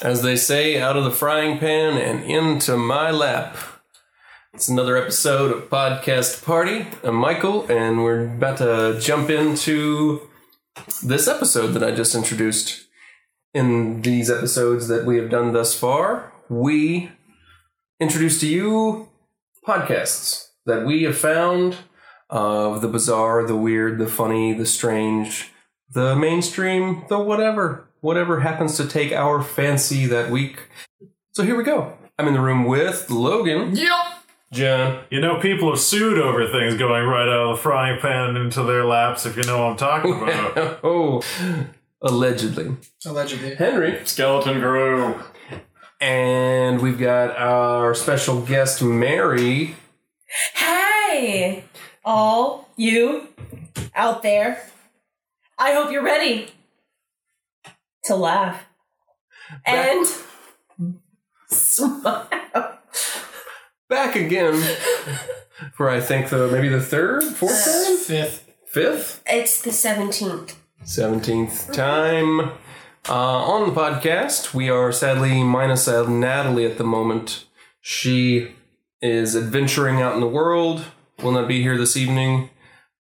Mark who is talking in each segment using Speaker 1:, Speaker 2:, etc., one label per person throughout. Speaker 1: As they say, out of the frying pan and into my lap. It's another episode of Podcast Party. I'm Michael, and we're about to jump into this episode that I just introduced. In these episodes that we have done thus far, we introduce to you podcasts that we have found of the bizarre, the weird, the funny, the strange, the mainstream, the whatever, whatever happens to take our fancy that week. So here we go. I'm in the room with Logan,
Speaker 2: Yep.
Speaker 1: John,
Speaker 2: You know, people have sued over things going right out of the frying pan into their laps, if you know what I'm talking about.
Speaker 1: oh, allegedly,
Speaker 3: Allegedly.
Speaker 1: Henry,
Speaker 2: Skeleton Crew.
Speaker 1: and we've got our special guest Mary.
Speaker 4: Hey, all you out there. I hope you're ready to laugh and smile.
Speaker 1: back again for I think the maybe the third, fourth time,
Speaker 3: Uh, Fifth.
Speaker 1: fifth,
Speaker 4: It's the 17th.
Speaker 1: seventeenth time uh, on the podcast. We are sadly minus uh, Natalie at the moment. She is adventuring out in the world. Will not be here this evening,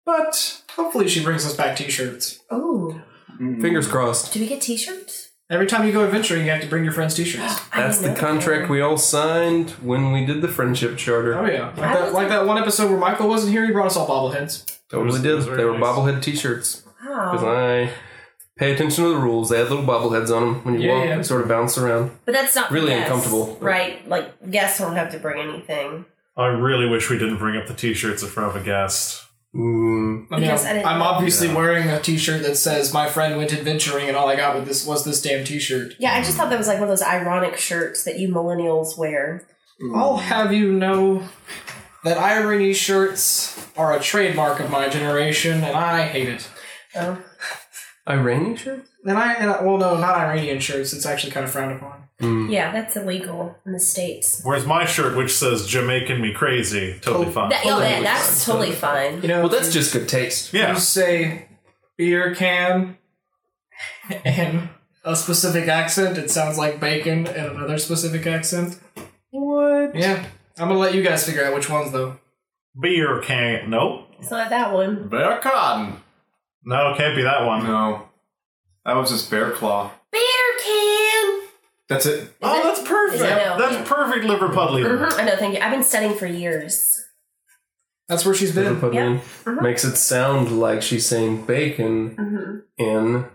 Speaker 1: but
Speaker 3: Hopefully she brings us back t-shirts.
Speaker 4: Oh,
Speaker 1: fingers crossed.
Speaker 4: do we get t-shirts?
Speaker 3: Every time you go adventuring, you have to bring your friends t-shirts.
Speaker 4: I
Speaker 1: That's the
Speaker 4: didn't know
Speaker 1: contract
Speaker 4: that.
Speaker 1: we all signed when we did the friendship
Speaker 3: Oh
Speaker 1: charter.
Speaker 3: yeah. Like that, like that one episode where Michael wasn't here, he brought us all bobbleheads.
Speaker 1: Totally
Speaker 2: It
Speaker 1: did.
Speaker 2: was very
Speaker 1: They were
Speaker 2: nice.
Speaker 1: bobblehead T-shirts. Because
Speaker 4: Wow.
Speaker 1: I pay attention to the rules. They had little bobbleheads on them. When you
Speaker 3: Yeah,
Speaker 1: walk,
Speaker 3: yeah.
Speaker 1: they sort of bounce around.
Speaker 4: But that's not for
Speaker 1: Really
Speaker 4: guests,
Speaker 1: uncomfortable.
Speaker 4: Right? Like, guests don't have to bring anything.
Speaker 2: I really wish we didn't bring up the t shirts in front of a guest.
Speaker 1: Mm,
Speaker 3: I mean,
Speaker 4: Because I
Speaker 3: I'm,
Speaker 4: didn't-
Speaker 3: I'm obviously
Speaker 2: Yeah.
Speaker 3: wearing a t-shirt that says my friend went adventuring and all I got with this was this damn t-shirt.
Speaker 4: Yeah, I just thought that was like one of those ironic shirts that you millennials wear.
Speaker 3: I'll have you know that irony shirts are a trademark of my generation and I hate it.
Speaker 4: Oh.
Speaker 1: Iranian shirt?
Speaker 3: And I, and I well no, not Iranian shirts, it's actually kind of frowned upon.
Speaker 4: Yeah, that's illegal in the States.
Speaker 2: Where's my shirt, which says Jamaican me crazy? Totally
Speaker 3: Oh,
Speaker 2: fine.
Speaker 4: That, oh,
Speaker 1: that
Speaker 4: yeah,
Speaker 1: was
Speaker 4: that's
Speaker 1: fine.
Speaker 4: totally fine.
Speaker 3: You know,
Speaker 1: Well, that's just good taste.
Speaker 2: yeah.
Speaker 3: you say beer can and a specific accent, it sounds like bacon and another specific accent.
Speaker 1: What?
Speaker 3: Yeah. I'm gonna let you guys figure out which ones though.
Speaker 2: Beer can't. Nope.
Speaker 4: It's not that one.
Speaker 5: Bear Cotton.
Speaker 2: No, it can't be that one.
Speaker 5: No. That was just Bear Claw.
Speaker 4: Bear can.
Speaker 5: That's it.
Speaker 2: Oh, that's perfect.
Speaker 4: Is it no? Mm-hmm.
Speaker 2: That's perfect, Liverpudlian.
Speaker 4: I know. Thank you. I've been studying for years.
Speaker 3: That's where she's been.
Speaker 1: Liverpudlian
Speaker 4: Mhm.
Speaker 1: makes it sound like she's saying bacon
Speaker 4: Mm-hmm.
Speaker 1: in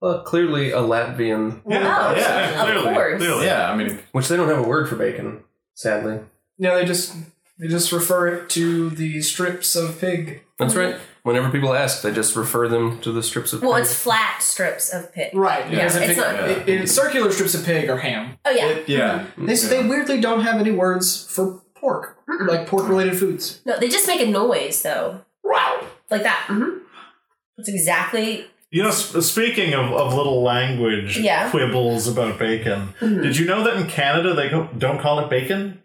Speaker 1: well, clearly a Latvian,
Speaker 2: Yeah,
Speaker 4: Oh,
Speaker 2: yeah,
Speaker 4: of
Speaker 2: clearly,
Speaker 4: course.
Speaker 2: clearly.
Speaker 5: Yeah, I mean,
Speaker 1: which they don't have a word for bacon,
Speaker 4: Mm-hmm.
Speaker 1: sadly.
Speaker 3: Yeah, they just they just refer it to the strips of pig.
Speaker 1: That's right. Whenever people ask, they just refer them to the strips of.
Speaker 4: Well,
Speaker 1: pig.
Speaker 4: it's flat strips of pig.
Speaker 3: Right.
Speaker 4: Yeah,
Speaker 3: because if
Speaker 4: it's
Speaker 3: it-
Speaker 4: not-
Speaker 3: it- it- circular strips of pig are ham.
Speaker 4: Oh yeah.
Speaker 5: it, yeah.
Speaker 3: They, s they weirdly don't have any words for pork. Like pork related foods.
Speaker 4: No, they just make a noise though,
Speaker 3: Wow.
Speaker 4: like that. Mm-hmm. That's exactly.
Speaker 2: You know, sp- speaking of, of little language
Speaker 4: Yeah.
Speaker 2: quibbles about bacon,
Speaker 3: Mm-hmm.
Speaker 2: did you know that in Canada they co- don't call it bacon?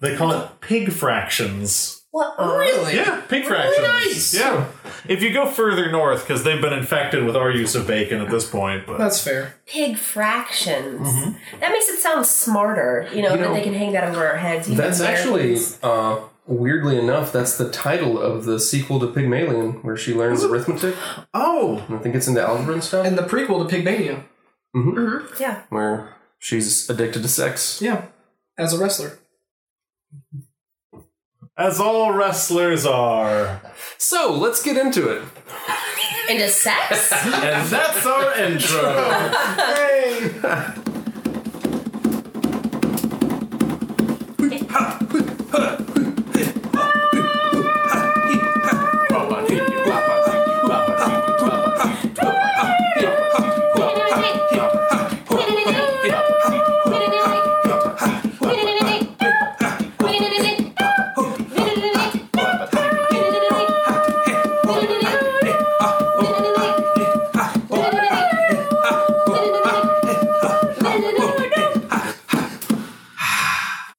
Speaker 2: They call it pig fractions.
Speaker 4: What?
Speaker 3: Really?
Speaker 2: Yeah, pig fractions.
Speaker 3: nice.
Speaker 2: Yeah. If you go further north, because they've been infected with our use of bacon at this point, but
Speaker 3: That's fair.
Speaker 4: Pig fractions. That makes it sound smarter. You know,
Speaker 1: You know,
Speaker 4: that they can hang that over our heads. even
Speaker 1: That's actually
Speaker 4: Americans.
Speaker 1: uh, weirdly enough, that's the title of the sequel to Pygmalion, where she learns arithmetic.
Speaker 2: oh,
Speaker 1: And I think it's into algebra and stuff,
Speaker 3: And the prequel to Pigmania.
Speaker 4: Mhm, Yeah.
Speaker 1: where she's addicted to sex.
Speaker 3: Yeah. As a wrestler.
Speaker 2: as all wrestlers are.
Speaker 1: So let's get into it.
Speaker 4: Into sex.
Speaker 5: And that's our intro.
Speaker 6: Ah!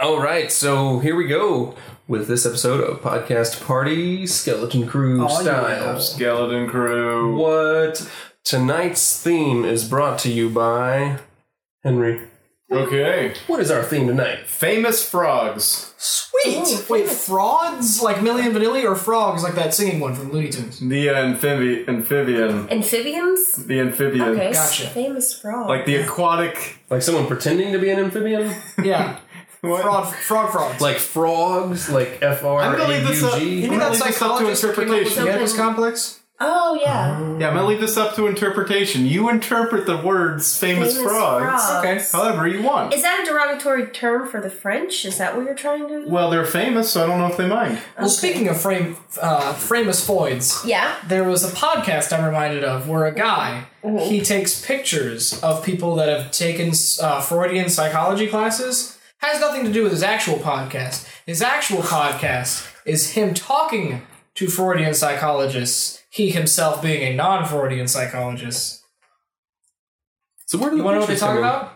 Speaker 1: All right, so here we go with this episode of Podcast Party Skeleton Crew
Speaker 3: All you
Speaker 1: style.
Speaker 3: have.
Speaker 5: Skeleton Crew.
Speaker 1: What? Tonight's theme is brought to you by Henry.
Speaker 5: Okay.
Speaker 1: What is our theme tonight?
Speaker 5: Famous frogs.
Speaker 3: Sweet! Wait, frauds? Like Millie and Vanilli or frogs like that singing one from Looney Tunes?
Speaker 5: The amphibi- amphibian.
Speaker 4: Amphibians?
Speaker 5: The amphibian.
Speaker 4: Okay.
Speaker 3: Gotcha.
Speaker 4: Famous frog.
Speaker 5: Like the aquatic.
Speaker 1: Like someone pretending to be an amphibian?
Speaker 3: Yeah.
Speaker 5: What?
Speaker 3: Fraud, fraud frogs.
Speaker 1: Like frogs? Like F R
Speaker 5: I'm gonna leave
Speaker 1: A
Speaker 5: this up.
Speaker 1: U G?
Speaker 5: I'm
Speaker 3: Maybe
Speaker 5: gonna
Speaker 3: that
Speaker 5: leave this up to
Speaker 3: psychologist that came up with the
Speaker 5: interpretation.
Speaker 4: interpretation.
Speaker 3: Oedipus complex? Uh-huh.
Speaker 4: oh, yeah.
Speaker 5: Yeah, I'm gonna leave this up to interpretation. You interpret the words famous,
Speaker 4: Famous
Speaker 5: frogs
Speaker 4: frogs.
Speaker 5: however you want.
Speaker 4: Is that a derogatory term for the French? Is that what you're trying to?
Speaker 5: well, they're famous, so I don't know if they mind.
Speaker 3: Well, speaking of frame, uh, Framus Foids,
Speaker 4: Yeah.
Speaker 3: there was a podcast I'm reminded of where a guy
Speaker 5: Mm-hmm.
Speaker 3: he takes pictures of people that have taken uh, Freudian psychology classes. Has nothing to do with his actual podcast. His actual podcast is him talking to Freudian psychologists. He himself being a non-Freudian psychologist.
Speaker 1: So where do
Speaker 3: You
Speaker 1: the
Speaker 3: want to know what they
Speaker 1: pictures
Speaker 3: talk
Speaker 1: come in?
Speaker 3: about?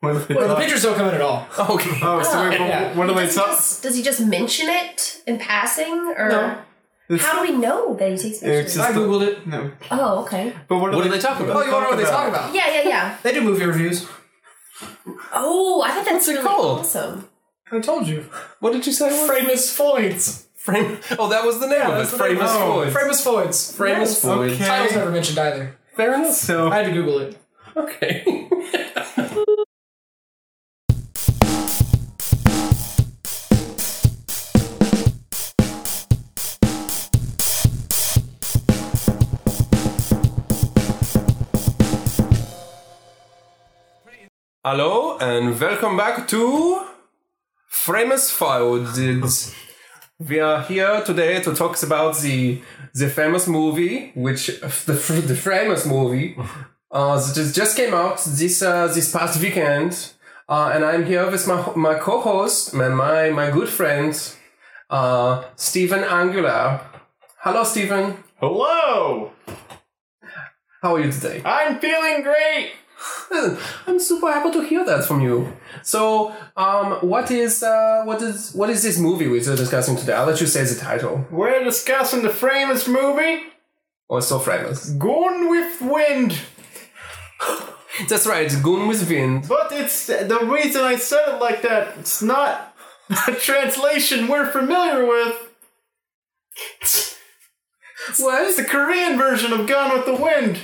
Speaker 5: What do they
Speaker 3: Well, the
Speaker 5: talk-
Speaker 3: pictures don't come in at all.
Speaker 1: Oh, okay.
Speaker 5: Oh,
Speaker 4: Ah.
Speaker 5: so wait, but
Speaker 3: Yeah.
Speaker 5: what do they
Speaker 4: Does he,
Speaker 5: talk?
Speaker 4: just, does he just mention it in passing, or
Speaker 5: No.
Speaker 4: how do we know that he
Speaker 5: It's
Speaker 4: takes pictures?
Speaker 5: just
Speaker 3: I googled it.
Speaker 5: no.
Speaker 4: oh, okay.
Speaker 5: But what,
Speaker 1: What do they talk
Speaker 3: Oh,
Speaker 1: about?
Speaker 3: you want to know what they talk about?
Speaker 4: Yeah, yeah, yeah.
Speaker 3: They do movie reviews.
Speaker 4: Oh, I thought that's
Speaker 1: it
Speaker 4: really
Speaker 1: called?
Speaker 4: awesome.
Speaker 3: I told you.
Speaker 1: What did you say? it was?
Speaker 3: Framus Foids.
Speaker 1: Frame. Oh, that was the name of it.
Speaker 3: that's the name.
Speaker 1: Frame is
Speaker 5: Oh.
Speaker 1: Floyd.
Speaker 3: Framus Foids.
Speaker 1: Frame is
Speaker 4: Nice.
Speaker 1: Floyd.
Speaker 5: Okay.
Speaker 3: Title's never mentioned either.
Speaker 1: Fair enough.
Speaker 5: So
Speaker 3: I had to Google it.
Speaker 1: Okay. Hello and welcome back to Famous Founded. We are here today to talk about the the famous movie, which the the famous movie uh, that is- just came out this uh, this past weekend, uh, and I'm here with my my co-host, my my, my good friend, uh, Stephen Angular. Hello, Stephen.
Speaker 5: hello,
Speaker 1: How are you today?
Speaker 5: I'm feeling great.
Speaker 1: I'm super happy to hear that from you. So, um, what is uh, what is what is this movie we're discussing today? I'll let you say the title.
Speaker 5: We're discussing the famous movie
Speaker 1: Oh, so famous.
Speaker 5: Gone with Wind,
Speaker 1: That's right, Goon with Wind.
Speaker 5: but it's the reason I said it like that. It's not a translation we're familiar with.
Speaker 1: What?
Speaker 5: It's the Korean version of Gone with the Wind.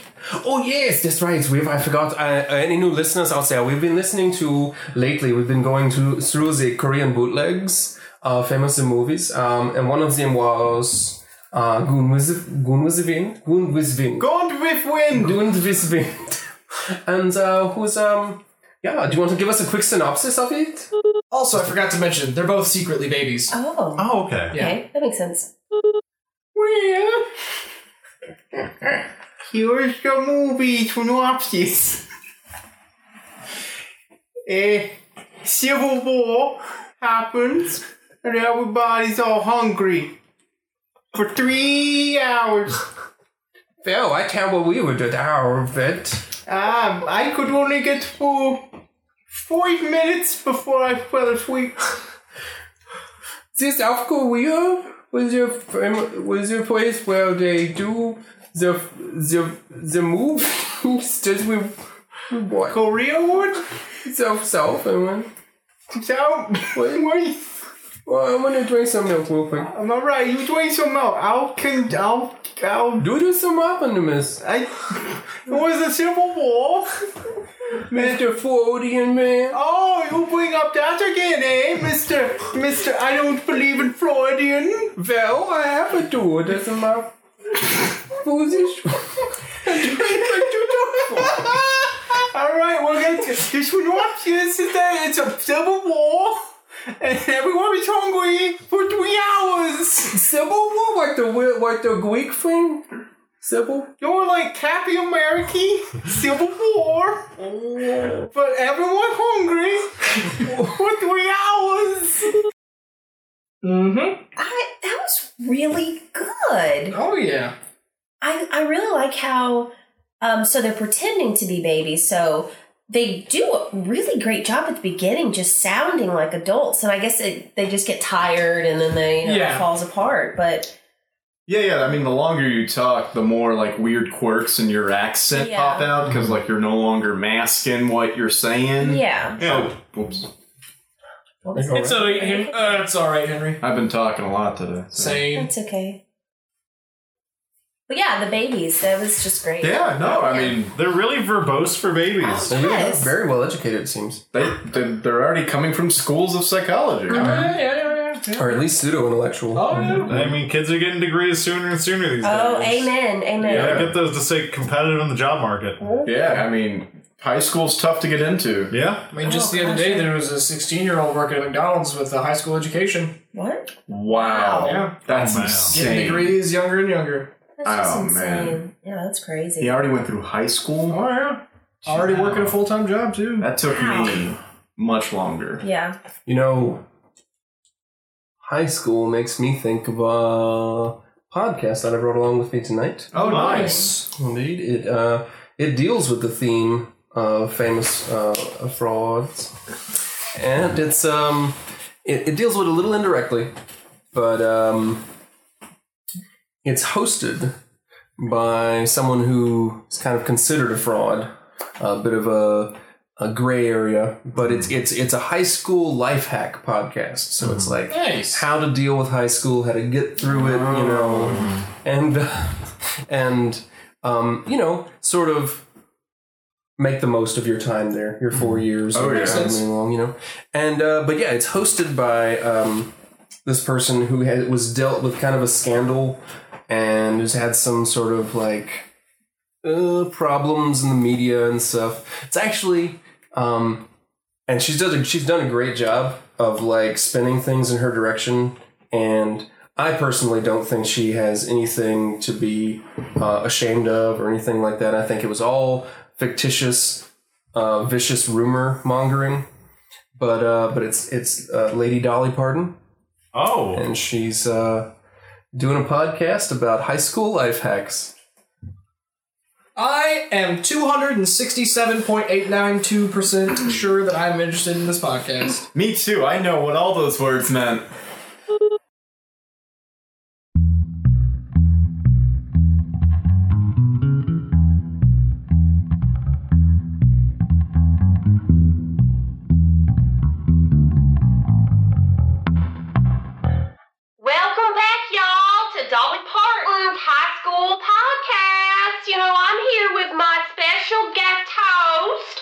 Speaker 1: Oh yes, that's right. We've I forgot. Uh, uh, any new listeners out there? We've been listening to lately. We've been going to through the Korean bootlegs, uh, famous in movies, um, and one of them was uh, Goon with Goon with the Wind, Goon with Wind,
Speaker 5: Gone with Wind.
Speaker 1: Goon with Wind. And uh, who's um? Yeah, do you want to give us a quick synopsis of it?
Speaker 3: Also, I forgot to mention, they're both secretly babies.
Speaker 4: Oh,
Speaker 5: Oh, okay.
Speaker 3: Yeah.
Speaker 4: okay, that makes sense.
Speaker 5: Well, here's your movie synopsis. A civil war happens, and everybody's all hungry for three hours.
Speaker 1: Well, I tell what we would do our vet.
Speaker 5: Um, I could only get through five minutes before I fell asleep.
Speaker 1: this South Korea was your fam- was your place where they do the the the moves just with with what
Speaker 5: Korea would?
Speaker 1: South South and then-
Speaker 5: So, wait.
Speaker 1: well, I'm gonna drink some milk real quick.
Speaker 5: I'm alright, you doing some more. I'll, con- I'll, I'll
Speaker 1: Do this some optimus,
Speaker 5: I, it was a Civil War.
Speaker 1: Mr. Freudian man.
Speaker 5: Oh, you bring up that again, eh, Mister? Mister, I don't believe in Freudian.
Speaker 1: Well, I have a door. That's in my foolish.
Speaker 5: All right, we're gonna t- this one up. This is that it's a Civil War, and everyone is hungry for three hours.
Speaker 1: Civil War, like the wi- like the Greek thing. Civil.
Speaker 5: You're like Happy American Civil War, but everyone hungry for three hours.
Speaker 3: Mm-hmm.
Speaker 4: I that was really good.
Speaker 3: Oh, yeah.
Speaker 4: I I really like how um so they're pretending to be babies, so they do a really great job at the beginning, just sounding like adults. And I guess it, they just get tired, and then they you know, it
Speaker 3: Yeah.
Speaker 4: falls apart. But
Speaker 7: Yeah, yeah. I mean, the longer you talk, the more like weird quirks in your accent
Speaker 4: Yeah.
Speaker 7: pop out because like you're no longer masking what you're saying.
Speaker 4: Yeah.
Speaker 7: Oh, oops.
Speaker 4: What was
Speaker 3: It's all right, Henry. Uh, it's all right, Henry.
Speaker 7: I've been talking a lot today. so-
Speaker 3: Same.
Speaker 4: That's okay. But yeah, the babies. That was just great.
Speaker 7: Yeah, no. I mean,
Speaker 2: They're really verbose for babies.
Speaker 1: They're really not
Speaker 4: Yes.
Speaker 1: very well educated, it seems.
Speaker 7: they they- they're already coming from schools of psychology.
Speaker 3: Uh, Yeah, yeah, yeah.
Speaker 1: Or at least pseudo intellectual.
Speaker 3: Mm-hmm. Oh, yeah.
Speaker 2: I mean, kids are getting degrees sooner and sooner these
Speaker 4: Oh,
Speaker 2: days.
Speaker 4: amen, amen.
Speaker 7: Yeah.
Speaker 2: Gotta get those to stay competitive in the job market.
Speaker 7: Yeah, I mean, high school's tough to get into.
Speaker 2: Yeah.
Speaker 3: I mean, just
Speaker 4: Oh,
Speaker 3: the other
Speaker 4: gosh.
Speaker 3: day, there was a 16 year old working at McDonald's with a high school education.
Speaker 4: What?
Speaker 7: Wow,
Speaker 3: Yeah.
Speaker 7: that's
Speaker 2: Oh, man.
Speaker 3: Getting
Speaker 7: insane.
Speaker 3: degrees younger and younger.
Speaker 4: That's just
Speaker 7: Oh,
Speaker 4: insane.
Speaker 7: man.
Speaker 4: Yeah, that's crazy.
Speaker 7: He already went through high school.
Speaker 3: Oh, yeah. Already working a full time job, too.
Speaker 7: That took
Speaker 4: Wow.
Speaker 7: me much longer.
Speaker 4: Yeah.
Speaker 1: You know, high school makes me think of a podcast that I brought along with me tonight.
Speaker 7: Oh,
Speaker 4: nice.
Speaker 1: Indeed, it uh, it deals with the theme of famous uh, frauds, and it's um, it, it deals with it a little indirectly, but um, it's hosted by someone who is kind of considered a fraud, a bit of a a gray area, but it's it's it's a high school life hack podcast, so it's like
Speaker 3: Nice.
Speaker 1: how to deal with high school, how to get through it, you know, and uh, and um, you know, sort of make the most of your time there, your four years,
Speaker 7: Oh,
Speaker 1: or
Speaker 7: yeah.
Speaker 1: however many long, you know, and uh, but yeah, it's hosted by um, this person who had, was dealt with kind of a scandal and who's had some sort of like uh, problems in the media and stuff. It's actually, um, and she's does a, she's done a great job of like spinning things in her direction. And I personally don't think she has anything to be uh, ashamed of or anything like that. I think it was all fictitious, uh, vicious rumor mongering. But uh, but it's it's uh, Lady Dolly Parton
Speaker 2: Oh.
Speaker 1: and she's uh, doing a podcast about high school life hacks.
Speaker 3: I am 267.892% sure that I'm interested in this podcast.
Speaker 7: Me too. I know what all those words meant.
Speaker 8: Welcome back, y'all, to Dolly Parton's High School Podcast. You know, I'm here with my special guest host,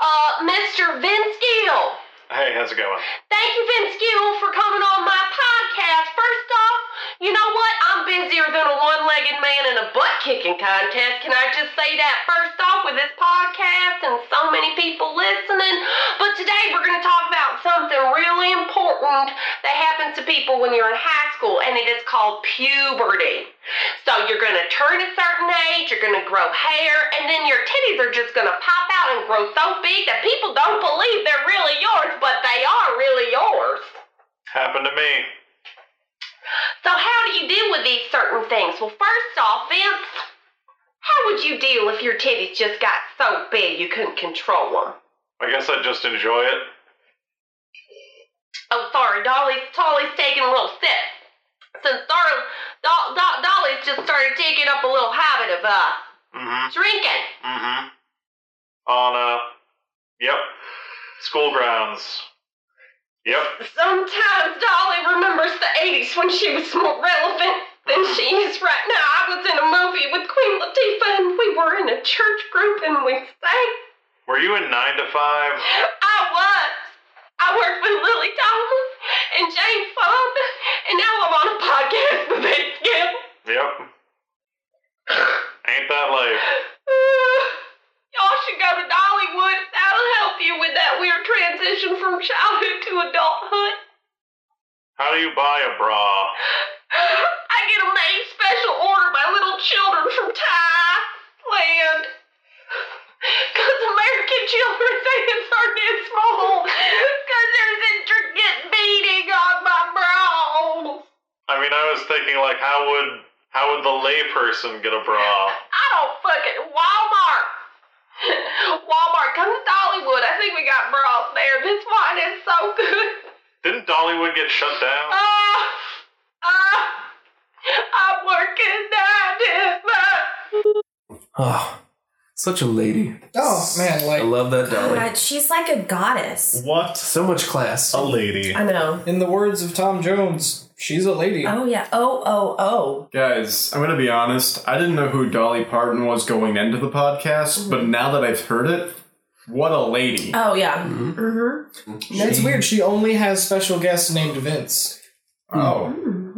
Speaker 8: uh, Mr. Vince Gill.
Speaker 2: Hey, how's it going?
Speaker 8: Thank you, Vince Gill, for coming on my podcast. First off, you know what? I'm busier than a one-legged man in a butt-kicking contest. Can I just say that first off with this podcast and so many people listening? But today we're going to talk about something really important that happens to people when you're in high school, and it is called puberty. So you're going to turn a certain age, you're going to grow hair, and then your titties are just going to pop out and grow so big that people don't believe they're really yours, but they are really yours.
Speaker 2: Happened to me.
Speaker 8: So how do you deal with these certain things? Well, first off, Vince, how would you deal if your titties just got so big you couldn't control them?
Speaker 2: I guess I just enjoy it.
Speaker 8: Oh, sorry, Dolly's Dolly's taking a little sip. Since Dolly, Doll, Doll, Dolly's just started taking up a little habit of uh
Speaker 2: Mm-hmm.
Speaker 8: drinking.
Speaker 2: Mm-hmm. On uh Yep. School grounds. Yep.
Speaker 8: Sometimes Dolly remembers the 80s when she was more relevant than she is right now. I was in a movie with Queen Latifah and we were in a church group and we sang.
Speaker 2: Were you in nine to five?
Speaker 8: I was. I worked with Lily Tomlin and Jane Fonda and now I'm on a podcast with Vince Gill.
Speaker 2: Yep. Ain't that life?
Speaker 8: Y'all should go to Dollywood. That'll help you with that weird transition from childhood to adulthood.
Speaker 2: How do you buy a bra?
Speaker 8: I get a made special order by little children from Thailand. Cause American children say it's hard and small. Cause there's intricate beading on my brows.
Speaker 2: I mean, I was thinking like, how would how would the layperson get a bra?
Speaker 8: I don't fucking Walmart. Walmart, come to Dollywood. I think we got bras there. This wine is so good.
Speaker 2: Didn't Dollywood get shut down?
Speaker 8: Uh, uh, I work
Speaker 1: Oh, such a lady.
Speaker 3: Oh man,
Speaker 1: I
Speaker 3: like
Speaker 1: love that dolly.
Speaker 4: Oh God, she's like a goddess.
Speaker 2: What
Speaker 1: So much class.
Speaker 2: a lady.
Speaker 4: I know.
Speaker 3: in the words of Tom Jones, she's a lady.
Speaker 4: Oh yeah. Oh oh oh.
Speaker 7: Guys, I'm gonna be honest. I didn't know who Dolly Parton was going into the podcast, but now that I've heard it, what a lady!
Speaker 4: Oh yeah. Mm-hmm.
Speaker 3: It's weird. She only has special guests named Vince.
Speaker 7: oh,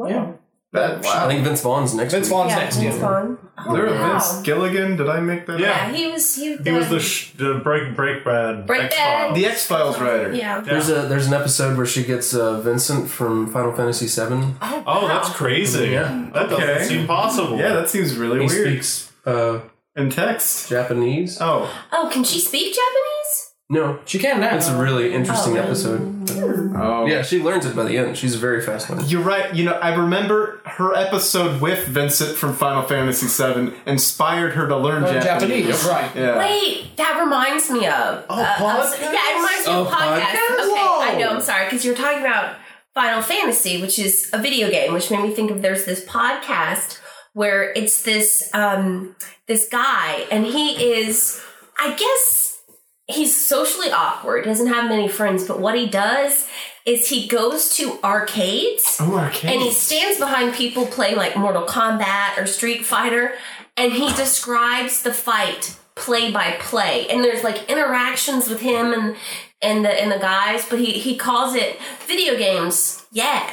Speaker 3: Yeah,
Speaker 7: that
Speaker 1: I
Speaker 7: wow.
Speaker 1: think Vince Vaughn's next.
Speaker 3: Vince
Speaker 1: week.
Speaker 3: Vaughn's
Speaker 4: Hmm, Yeah,
Speaker 3: next.
Speaker 4: he's
Speaker 3: yeah.
Speaker 4: gone. Oh,
Speaker 7: There,
Speaker 4: wow.
Speaker 7: Vince Gilligan. Did I make that? up?
Speaker 4: Yeah, he was. He,
Speaker 2: He was the, sh- the break break bad
Speaker 4: Break
Speaker 2: X-Files.
Speaker 4: Bad.
Speaker 7: The X Files writer.
Speaker 4: Yeah.
Speaker 1: There's a there's an episode where she gets uh, Vincent from Final Fantasy VII.
Speaker 4: Oh,
Speaker 2: Oh,
Speaker 4: wow.
Speaker 2: that's crazy.
Speaker 1: Yeah.
Speaker 2: That
Speaker 7: Okay.
Speaker 2: doesn't seem possible.
Speaker 7: Yeah, that seems
Speaker 1: He
Speaker 7: really weird.
Speaker 1: speaks uh,
Speaker 7: In text.
Speaker 1: Japanese.
Speaker 7: Oh.
Speaker 4: Oh, can she speak Japanese?
Speaker 1: No,
Speaker 3: She can now.
Speaker 1: it's a really interesting
Speaker 4: Oh.
Speaker 1: episode.
Speaker 7: Oh.
Speaker 1: Yeah, she learns it by the end. She's a very fast learner.
Speaker 7: You're right. You know, I remember her episode with Vincent from Final Fantasy VII inspired her to learn
Speaker 3: Learn
Speaker 7: Japanese.
Speaker 3: Japanese, right?
Speaker 7: Yeah.
Speaker 4: Wait, that reminds me of.
Speaker 2: Oh,
Speaker 4: I was-
Speaker 2: podcast?
Speaker 4: Yeah, it reminds me of
Speaker 1: Oh, podcast?
Speaker 4: podcast. Okay, I
Speaker 1: Whoa.
Speaker 4: know. I'm sorry because you were talking about Final Fantasy, which is a video game, which made me think of there's this podcast where it's this um this guy and he is I guess he's socially awkward, doesn't have many friends, but what he does is he goes to arcades.
Speaker 7: Oh, arcade.
Speaker 4: And he stands behind people playing like Mortal Kombat or Street Fighter, and he describes the fight play by play. And there's like interactions with him and and the and the guys, but he he calls it video games. Yeah,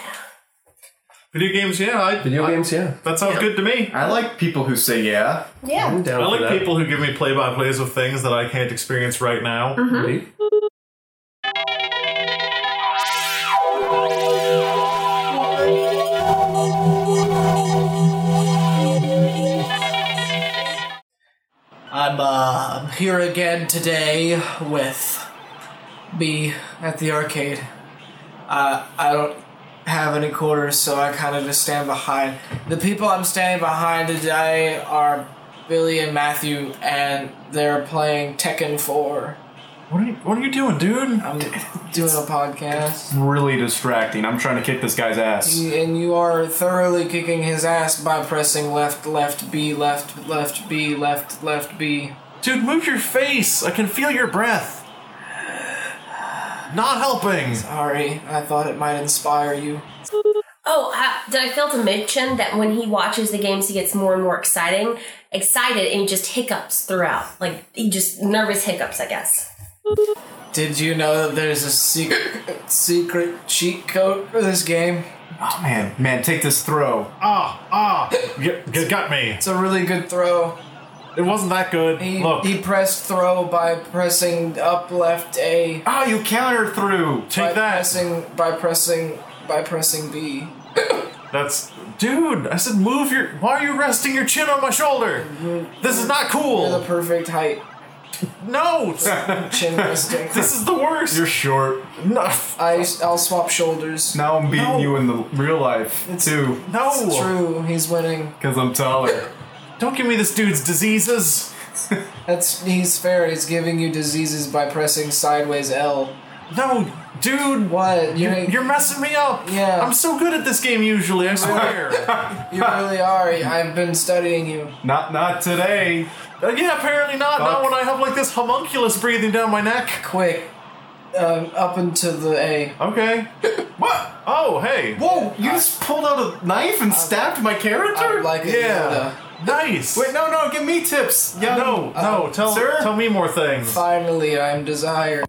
Speaker 2: Video games, yeah. I,
Speaker 1: Video
Speaker 2: I-
Speaker 1: games, yeah.
Speaker 2: That sounds good to me.
Speaker 7: I like people who say yeah.
Speaker 1: I'm down
Speaker 2: I
Speaker 1: for
Speaker 2: like
Speaker 1: that.
Speaker 2: people who give me play by plays of things that I can't experience right now.
Speaker 1: Indeed.
Speaker 3: I'm uh, here again today with B at the arcade. Uh, I don't have any quarters, so I kind of just stand behind. The people I'm standing behind today are Billy and Matthew, and they're playing Tekken 4.
Speaker 2: What, are you, what are you doing, dude?
Speaker 3: I'm doing a podcast.
Speaker 7: Really distracting. I'm trying to kick this guy's ass.
Speaker 3: And you are thoroughly kicking his ass by pressing left, left, B, left, left, B, left, left, B.
Speaker 2: Dude, move your face. I can feel your breath. Not helping.
Speaker 3: Sorry, I thought it might inspire you.
Speaker 4: Oh, uh, did I fail to mention that when he watches the games, he gets more and more exciting, excited, and he just hiccups throughout, like he just nervous hiccups, I guess.
Speaker 3: Did you know that there's a secret secret cheat code for this game?
Speaker 7: Oh man, man, take this throw.
Speaker 2: Ah, ah. You, you got me.
Speaker 3: It's a really good throw.
Speaker 2: It wasn't that good.
Speaker 3: He,
Speaker 2: Look,
Speaker 3: he pressed throw by pressing up left A.
Speaker 2: Ah,
Speaker 7: Oh, you counter through.
Speaker 3: by
Speaker 2: take that.
Speaker 3: Pressing, by pressing by pressing B.
Speaker 2: That's. Dude, I said move your. Why are you resting your chin on my shoulder? This is not
Speaker 3: For Mm-hmm. the
Speaker 2: cool.
Speaker 3: perfect height.
Speaker 2: No.
Speaker 3: Chin resting.
Speaker 2: This is the worst.
Speaker 7: You're short.
Speaker 2: No.
Speaker 3: I I'll swap shoulders.
Speaker 7: Now I'm beating
Speaker 2: No.
Speaker 7: you in the real life too,
Speaker 3: It's
Speaker 2: No.
Speaker 3: true, he's winning.
Speaker 7: because I'm taller.
Speaker 2: Don't give me this dude's diseases.
Speaker 3: That's he's fair, he's giving you diseases by pressing sideways L.
Speaker 2: No, dude.
Speaker 3: What? You,
Speaker 2: You're,
Speaker 3: you,
Speaker 2: you're messing me up.
Speaker 3: Yeah.
Speaker 2: I'm so good at this game usually, I swear.
Speaker 3: really are. I've been studying you.
Speaker 7: not, not today.
Speaker 2: Uh, yeah, apparently not. Not
Speaker 7: Fuck.
Speaker 2: when I have like this homunculus breathing down my neck.
Speaker 3: Quick. Um, up into the A.
Speaker 2: Okay. what? Oh, hey.
Speaker 7: Whoa! You just pulled out a knife and stabbed my character.
Speaker 3: I would like a
Speaker 1: uh,
Speaker 2: Yeah.
Speaker 3: Yoda.
Speaker 2: Nice.
Speaker 7: Wait, no, no, give me tips. Yeah,
Speaker 2: No, no. Tell,
Speaker 7: sir?
Speaker 2: tell me more things.
Speaker 3: Finally, I am desired.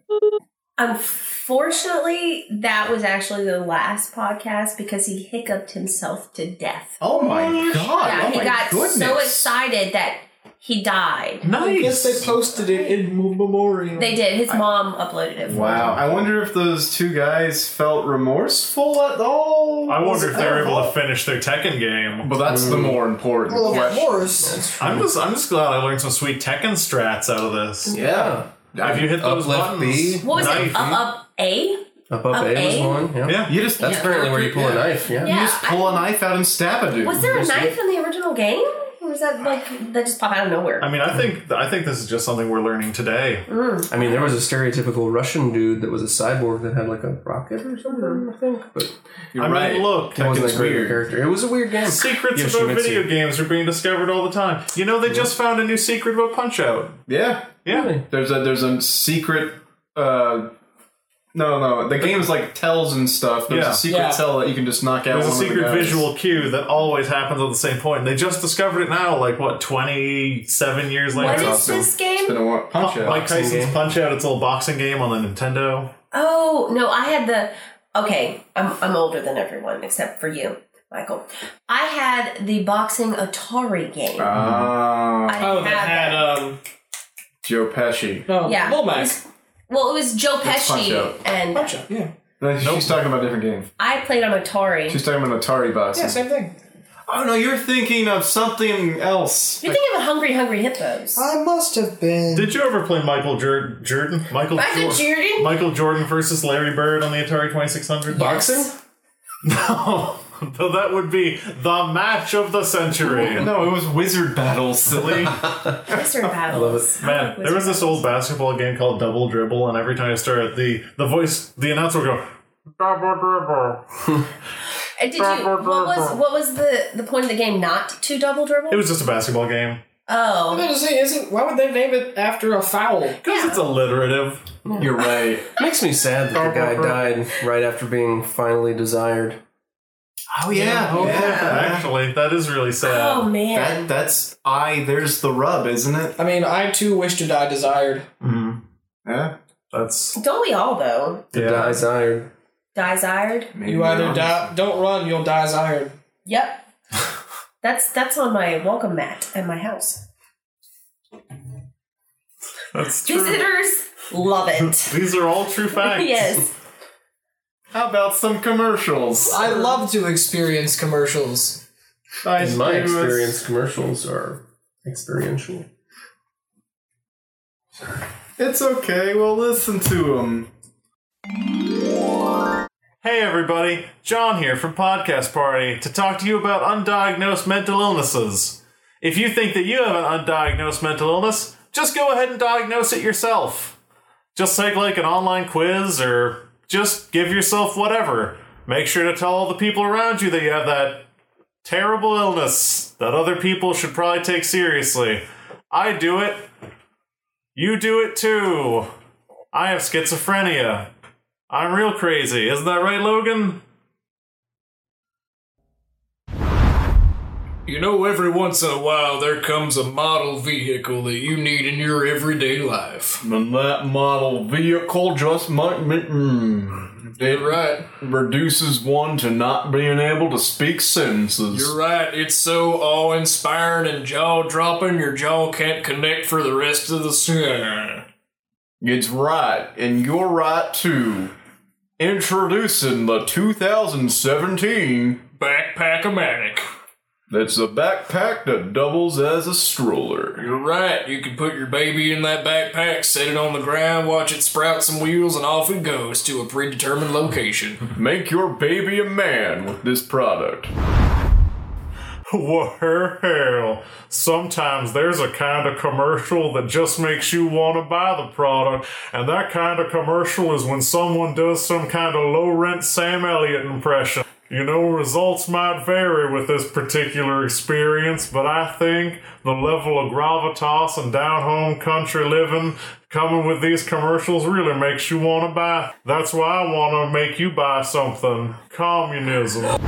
Speaker 4: Unfortunately, that was actually the last podcast because he hiccuped himself to death.
Speaker 7: Oh my
Speaker 1: Mm.
Speaker 7: god!
Speaker 4: Yeah,
Speaker 7: oh
Speaker 4: he
Speaker 7: my
Speaker 4: got
Speaker 7: goodness.
Speaker 4: so excited that he died.
Speaker 2: Nice.
Speaker 3: posted it in memoriam.
Speaker 4: They did. His mom uploaded it.
Speaker 7: Wow, I wonder if those two guys felt remorseful at all.
Speaker 2: I wonder if they're able to
Speaker 7: Fit.
Speaker 2: finish their Tekken game.
Speaker 7: Well, that's the more important
Speaker 3: Well, of
Speaker 7: question.
Speaker 3: course.
Speaker 2: I'm just, I'm just glad I learned some sweet Tekken strats out of this.
Speaker 7: Yeah.
Speaker 2: If you hit those
Speaker 1: Up, left,
Speaker 2: buttons,
Speaker 1: B.
Speaker 4: What was
Speaker 2: Nice.
Speaker 4: it? Uh, Up, up, A?
Speaker 1: Up up
Speaker 4: Up
Speaker 1: A was
Speaker 4: A?
Speaker 1: one. Yeah.
Speaker 2: yeah.
Speaker 7: You just
Speaker 1: That's
Speaker 4: Yeah.
Speaker 1: apparently where you pull a knife. Yeah.
Speaker 4: Yeah.
Speaker 7: pull a knife out and stab a dude.
Speaker 4: Was there a knife in the original game? Or is that like that just pop out of nowhere?
Speaker 2: I mean, I think I think this is just something we're learning today.
Speaker 4: Mm.
Speaker 1: I mean, there was a stereotypical Russian dude that was a cyborg that had like a rocket or
Speaker 4: Hmm.
Speaker 1: something. I think, but
Speaker 7: You're
Speaker 2: I
Speaker 7: right.
Speaker 2: mean, look,
Speaker 1: it wasn't
Speaker 7: it's
Speaker 1: that great of a
Speaker 7: weird.
Speaker 1: character. It was a weird game.
Speaker 2: secrets
Speaker 1: Yoshimitsu.
Speaker 2: about video games are being discovered all the time. You know, they just found a new secret about Punch Out.
Speaker 7: Yeah.
Speaker 2: Yeah,
Speaker 1: Really?
Speaker 7: There's a there's a secret. Uh, no, no. The game is like tells and stuff. There's
Speaker 2: Yeah.
Speaker 7: a secret
Speaker 3: Yeah.
Speaker 7: tell that you can just knock out.
Speaker 2: there's a
Speaker 7: one of the
Speaker 2: secret
Speaker 7: guys.
Speaker 2: visual cue that always happens at the same point. They just discovered it now, like what, twenty seven years
Speaker 4: what
Speaker 2: later.
Speaker 4: is this
Speaker 7: It's been
Speaker 4: game?
Speaker 7: a while. Punch out.
Speaker 2: Mike Tyson's
Speaker 1: game.
Speaker 2: Punch Out. It's a little boxing game on the Nintendo.
Speaker 4: Oh no, I had the. Okay, I'm I'm older than everyone except for you, Michael. I had the boxing Atari game.
Speaker 7: Ah,
Speaker 4: I
Speaker 3: Oh, they
Speaker 4: had
Speaker 3: had
Speaker 4: that.
Speaker 3: um
Speaker 7: Joe Pesci.
Speaker 3: no
Speaker 4: Yeah.
Speaker 3: Lomax.
Speaker 4: well, it was Joe
Speaker 7: That's Punch
Speaker 4: Pesci,
Speaker 7: Out.
Speaker 4: and
Speaker 3: Punch Out, yeah.
Speaker 7: No, She's talking about a different game.
Speaker 4: I played on Atari.
Speaker 7: She's talking about Atari boxing.
Speaker 3: Yeah, same thing.
Speaker 7: Oh no, you're thinking of something else.
Speaker 4: You're thinking of Hungry Hungry Hippos.
Speaker 3: Oh.
Speaker 5: I must have been.
Speaker 2: Did you ever play Michael Jor- Jordan? Michael
Speaker 4: Michael
Speaker 2: Jor-
Speaker 4: Jordan?
Speaker 2: Michael Jordan versus Larry Bird on the Atari Twenty Six Hundred.
Speaker 4: Yes.
Speaker 2: No, though that would be the match of the century.
Speaker 7: No, it was wizard battles. Silly.
Speaker 4: Wizard battles.
Speaker 2: Man, there was this old basketball game called Double Dribble, and every time I started, the the voice, the announcer would go, "Double Dribble."
Speaker 4: And did you, what was what was the the point of the game? Not to double dribble.
Speaker 2: It was just a basketball game
Speaker 3: I'm
Speaker 4: oh,
Speaker 3: gonna say, isn't why would they name it after a foul?
Speaker 2: because it's alliterative.
Speaker 7: you're right.
Speaker 1: Makes me sad that the guy died right after being finally desired.
Speaker 7: Oh yeah. Oh
Speaker 2: Actually, that is really sad.
Speaker 4: oh man,
Speaker 7: That that's I. There's the rub, isn't it?
Speaker 3: I mean, I too wish to die desired.
Speaker 7: Yeah.
Speaker 2: That's
Speaker 4: don't we all though?
Speaker 1: The
Speaker 2: Yeah.
Speaker 1: desired.
Speaker 4: Desired.
Speaker 7: Maybe
Speaker 3: You either
Speaker 7: not.
Speaker 3: die, don't run, you'll die desired.
Speaker 4: Yep. That's that's on my welcome mat at my house.
Speaker 2: that's true.
Speaker 4: Visitors love it.
Speaker 2: These are all true facts.
Speaker 4: yes.
Speaker 7: How about some commercials?
Speaker 3: I love to experience commercials.
Speaker 7: I
Speaker 1: In my
Speaker 7: do a-
Speaker 1: experience, commercials are experiential.
Speaker 7: It's okay. We'll listen to them.
Speaker 2: Hey everybody, John here from Podcast Party to talk to you about undiagnosed mental illnesses. If you think that you have an undiagnosed mental illness, just go ahead and diagnose it yourself. Just take like an online quiz or just give yourself whatever. Make sure to tell all the people around you that you have that terrible illness that other people should probably take seriously. I do it. You do it too. I have schizophrenia. I'm real crazy. Isn't that right, Logan?
Speaker 9: You know, every once in a while there comes a model vehicle that you need in your everyday life.
Speaker 7: And that model vehicle just might be, mm, it
Speaker 9: You're right.
Speaker 7: reduces one to not being able to speak sentences.
Speaker 9: You're right. It's so awe inspiring and jaw dropping, your jaw can't connect for the rest of the sentence.
Speaker 7: It's right, and you're right too. Introducing the 2017
Speaker 9: Backpack o matic.
Speaker 7: that's a backpack that doubles as a stroller.
Speaker 9: You're right. You can put your baby in that backpack, set it on the ground, watch it sprout some wheels, and off it goes to a predetermined location.
Speaker 7: Make your baby a man with this product.
Speaker 2: Well, sometimes there's a kind of commercial that just makes you want to buy the product, and that kind of commercial is when someone does some kind of low rent Sam Elliott impression. You know, results might vary with this particular experience, but I think the level of gravitas and down home country living coming with these commercials really makes you want to buy. That's why I want to make you buy something. Communism.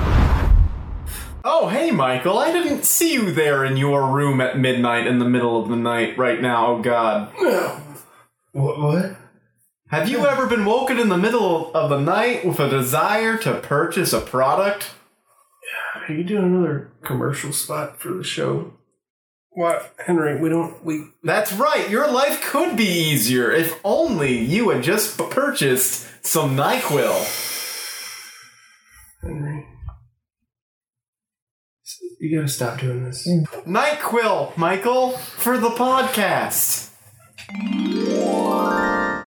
Speaker 7: Oh, hey, Michael, I didn't see you there in your room at midnight in the middle of the night right now, oh god.
Speaker 5: What? what?
Speaker 7: Have you ever been woken in the middle of the night with a desire to purchase a product?
Speaker 1: Are you doing another commercial spot for the show? What, Henry? We don't. We
Speaker 7: That's right, your life could be easier if only you had just p- purchased some NyQuil.
Speaker 1: Henry. You gotta stop doing this.
Speaker 7: NyQuil, Michael, for the podcast.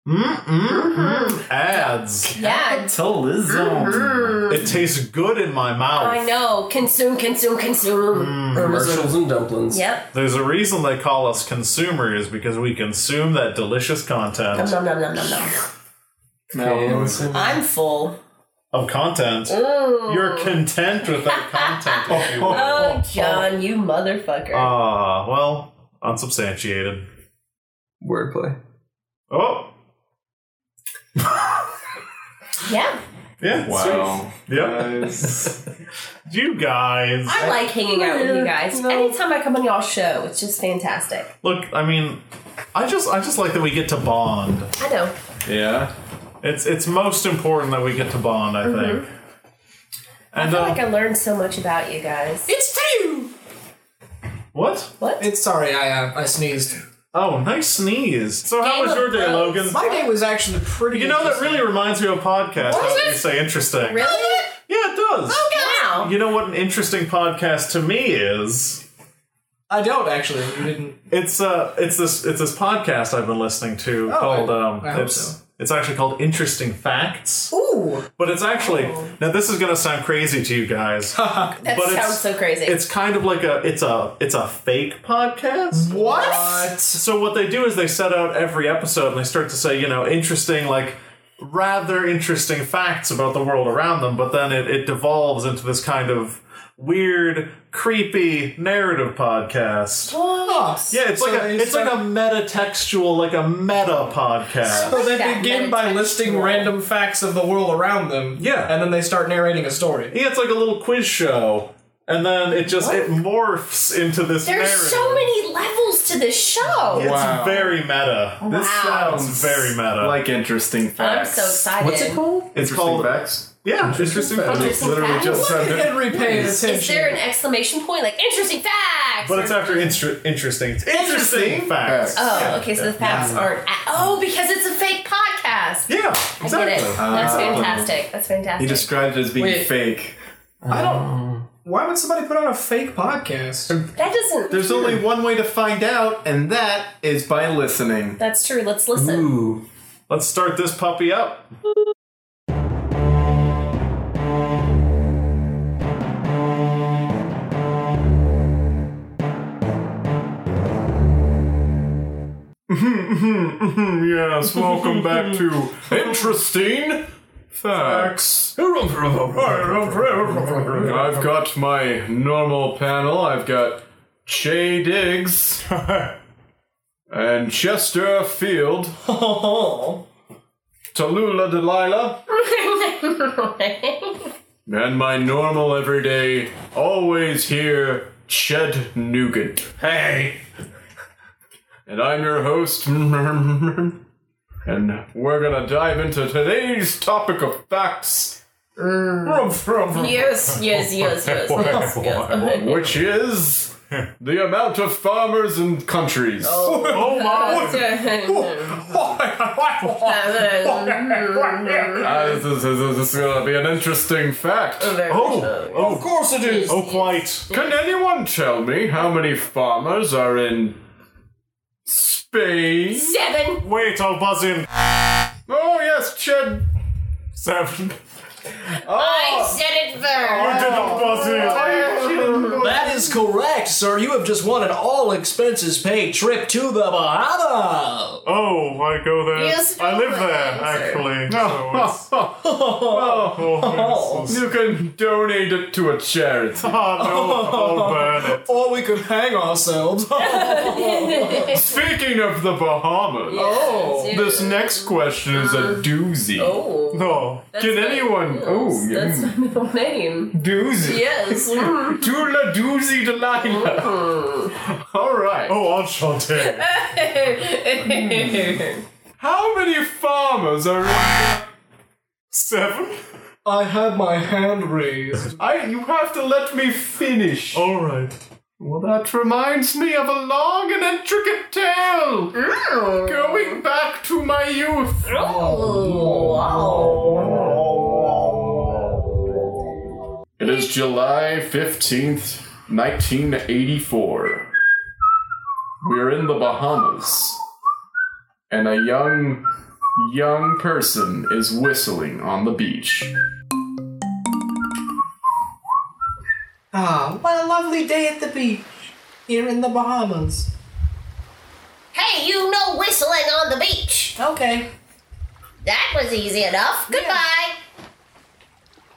Speaker 2: Mm-mm-mm. Ads.
Speaker 4: Yeah.
Speaker 7: Capitalism.
Speaker 2: It tastes good in my mouth.
Speaker 4: I know. Consume, consume, consume.
Speaker 2: Mm,
Speaker 1: Commercials and dumplings.
Speaker 4: Yep.
Speaker 2: There's a reason they call us consumers because we consume that delicious
Speaker 4: Nom,
Speaker 2: content.
Speaker 4: nom, nom, nom, nom, nom.
Speaker 1: Fancy.
Speaker 4: I'm full.
Speaker 2: Of content.
Speaker 4: Ooh.
Speaker 2: You're content with that content. if you will.
Speaker 4: Oh, John, you motherfucker.
Speaker 2: Ah, well, unsubstantiated.
Speaker 1: Wordplay.
Speaker 2: Oh,
Speaker 4: yeah.
Speaker 2: yeah.
Speaker 7: Wow.
Speaker 2: Yep.
Speaker 7: Guys.
Speaker 2: You guys.
Speaker 4: I like hanging out with you guys. Anytime I come on y'all's show, it's just fantastic.
Speaker 2: Look, I mean, I just, I just like that we get to bond.
Speaker 4: I know.
Speaker 7: yeah.
Speaker 2: It's, it's most important that we get to bond. I think.
Speaker 4: Mm-hmm. I
Speaker 2: And
Speaker 4: feel
Speaker 2: uh,
Speaker 4: like I learned so much about you guys.
Speaker 3: It's two.
Speaker 2: what?
Speaker 4: What?
Speaker 3: It's sorry, I uh, I sneezed.
Speaker 2: Oh, nice sneeze. So
Speaker 4: Game
Speaker 2: how was
Speaker 4: of
Speaker 2: your day,
Speaker 4: Thrones.
Speaker 2: Logan?
Speaker 3: My day was actually pretty.
Speaker 2: You know that
Speaker 3: interesting.
Speaker 2: really reminds me of a podcast. How
Speaker 4: Was
Speaker 2: you
Speaker 4: it?
Speaker 2: say interesting?
Speaker 4: Really?
Speaker 2: Yeah, it does.
Speaker 4: Wow.
Speaker 2: You know what an interesting podcast to me is?
Speaker 3: I don't actually. You didn't.
Speaker 2: It's uh it's this it's this podcast I've been listening to called
Speaker 3: Oh, I-
Speaker 2: um
Speaker 3: I hope
Speaker 2: it's
Speaker 3: so.
Speaker 2: it's actually called Interesting Facts.
Speaker 4: Ooh.
Speaker 2: But it's actually
Speaker 3: Oh.
Speaker 2: now this is gonna sound crazy to you guys. but
Speaker 4: That sounds
Speaker 2: it's
Speaker 4: so crazy.
Speaker 2: it's kind of like a it's a it's a fake podcast.
Speaker 3: What?
Speaker 2: So what they do is they set out every episode and they start to say, you know, interesting, like rather interesting facts about the world around them, but then it, it devolves into this kind of weird, creepy narrative podcast.
Speaker 3: Oh,
Speaker 2: Yeah, it's
Speaker 3: so
Speaker 2: like a
Speaker 3: they
Speaker 2: it's like
Speaker 3: start-
Speaker 2: a metatextual, like a meta podcast.
Speaker 3: So they
Speaker 4: That
Speaker 3: begin by
Speaker 4: metatextual.
Speaker 3: listing random facts of the world around them.
Speaker 2: Yeah.
Speaker 3: And then they start narrating a story.
Speaker 2: Yeah, it's like a little quiz show. And then it just it morphs into this
Speaker 4: There's
Speaker 2: narrative.
Speaker 4: so many levels to this show.
Speaker 2: it's
Speaker 7: Wow.
Speaker 2: very meta.
Speaker 7: This
Speaker 4: Wow.
Speaker 7: sounds
Speaker 2: Very meta.
Speaker 7: Like interesting
Speaker 4: I'm
Speaker 7: facts.
Speaker 4: so excited.
Speaker 1: What's it called?
Speaker 2: It's
Speaker 7: Interesting
Speaker 2: called-
Speaker 7: facts.
Speaker 2: Yeah, interesting.
Speaker 7: Facts.
Speaker 2: fact.
Speaker 4: Interesting
Speaker 7: literally
Speaker 4: facts.
Speaker 7: just
Speaker 3: Look
Speaker 7: said
Speaker 3: at
Speaker 7: that.
Speaker 3: Henry paying attention.
Speaker 4: Is there an exclamation point? Like, interesting facts!
Speaker 2: But
Speaker 4: or-
Speaker 2: it's after instru- interesting. It's interesting facts.
Speaker 7: Facts.
Speaker 4: Oh, okay, so the facts aren't. a- oh, because it's a fake podcast!
Speaker 2: Yeah,
Speaker 4: I get
Speaker 2: exactly.
Speaker 4: it.
Speaker 3: Uh,
Speaker 4: That's fantastic. That's
Speaker 7: He
Speaker 4: fantastic.
Speaker 7: described it as being
Speaker 3: Wait.
Speaker 7: fake.
Speaker 3: I
Speaker 1: Oh.
Speaker 3: don't. Why would somebody put on a fake podcast?
Speaker 4: that doesn't.
Speaker 7: There's only one way to find out, and that is by listening.
Speaker 4: that's true. Let's listen.
Speaker 1: Ooh.
Speaker 2: Let's start this puppy up. Mm-hmm,
Speaker 7: yes, welcome back to Interesting Facts. I've got my normal panel. I've got Che Diggs and Chester Field, Tallulah Delilah, and my normal everyday, always here, Ched Nugent.
Speaker 2: Hey,
Speaker 7: And I'm your host. And we're gonna dive into today's topic of facts.
Speaker 4: Mm. yes, yes, yes, yes, yes, yes.
Speaker 7: Which is the amount of farmers in countries.
Speaker 2: oh my!
Speaker 7: Ah, this, is, this is- this is gonna be an interesting fact.
Speaker 2: Oh, oh, of course it
Speaker 4: is.
Speaker 2: Oh, quite.
Speaker 7: Can anyone tell me how many farmers are in Spain?
Speaker 4: Seven.
Speaker 2: Wait, I'll buzz in.
Speaker 7: Oh yes, Ched.
Speaker 2: Seven.
Speaker 4: I said it first.
Speaker 2: Did not buzz in.
Speaker 10: That is correct, sir. You have just won an all expenses paid trip to the Bahamas.
Speaker 2: Oh, I go there.
Speaker 4: You stole
Speaker 2: I live
Speaker 4: my
Speaker 2: there,
Speaker 4: answer.
Speaker 2: actually. So it's, oh, it's,
Speaker 7: You can donate it to a charity.
Speaker 2: oh, no, I'll burn it.
Speaker 10: Or we could hang ourselves.
Speaker 7: Speaking of the Bahamas.
Speaker 4: Oh,
Speaker 7: This next question is a doozy.
Speaker 4: Oh,
Speaker 2: No.
Speaker 7: Can
Speaker 4: my-
Speaker 7: anyone? Oh,
Speaker 4: That's
Speaker 7: yeah.
Speaker 4: my middle name.
Speaker 7: doozy.
Speaker 4: Yes. Mm.
Speaker 7: Dula doozy Delilah. All right.
Speaker 2: Oh, Enchanté.
Speaker 7: How many farmers are?
Speaker 2: Seven.
Speaker 3: I had my hand raised.
Speaker 7: I. You have to let me finish.
Speaker 2: All right.
Speaker 7: Well, that reminds me of a long and intricate tale. Going back to my youth. It is July 15th, 1984. We're in the Bahamas, and a young young person is whistling on the beach.
Speaker 3: Ah, what a lovely day at the beach here in the Bahamas.
Speaker 6: Hey, you know whistling on the beach.
Speaker 3: Okay.
Speaker 6: That was easy enough. Goodbye.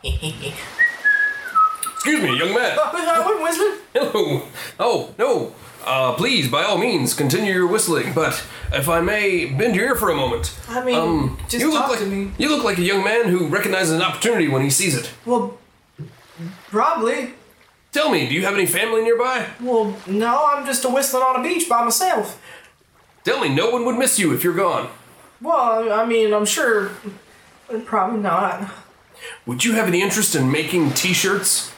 Speaker 1: Excuse me, young man.
Speaker 3: Oh,
Speaker 1: Hello. Oh, no. Uh, please, by all means, continue your whistling, but if I may bend your ear for a moment. Um,
Speaker 3: I mean, just
Speaker 1: you
Speaker 3: talk
Speaker 1: look like,
Speaker 3: to me.
Speaker 1: You look like a young man who recognizes an opportunity when he sees it.
Speaker 3: Well, probably.
Speaker 1: Tell me, do you have any family nearby?
Speaker 3: Well, no, I'm just a whistling on a beach by myself.
Speaker 1: Tell me, no one would miss you if you're gone.
Speaker 3: Well, I mean, I'm sure. Probably not.
Speaker 1: Would you have any interest in making t shirts?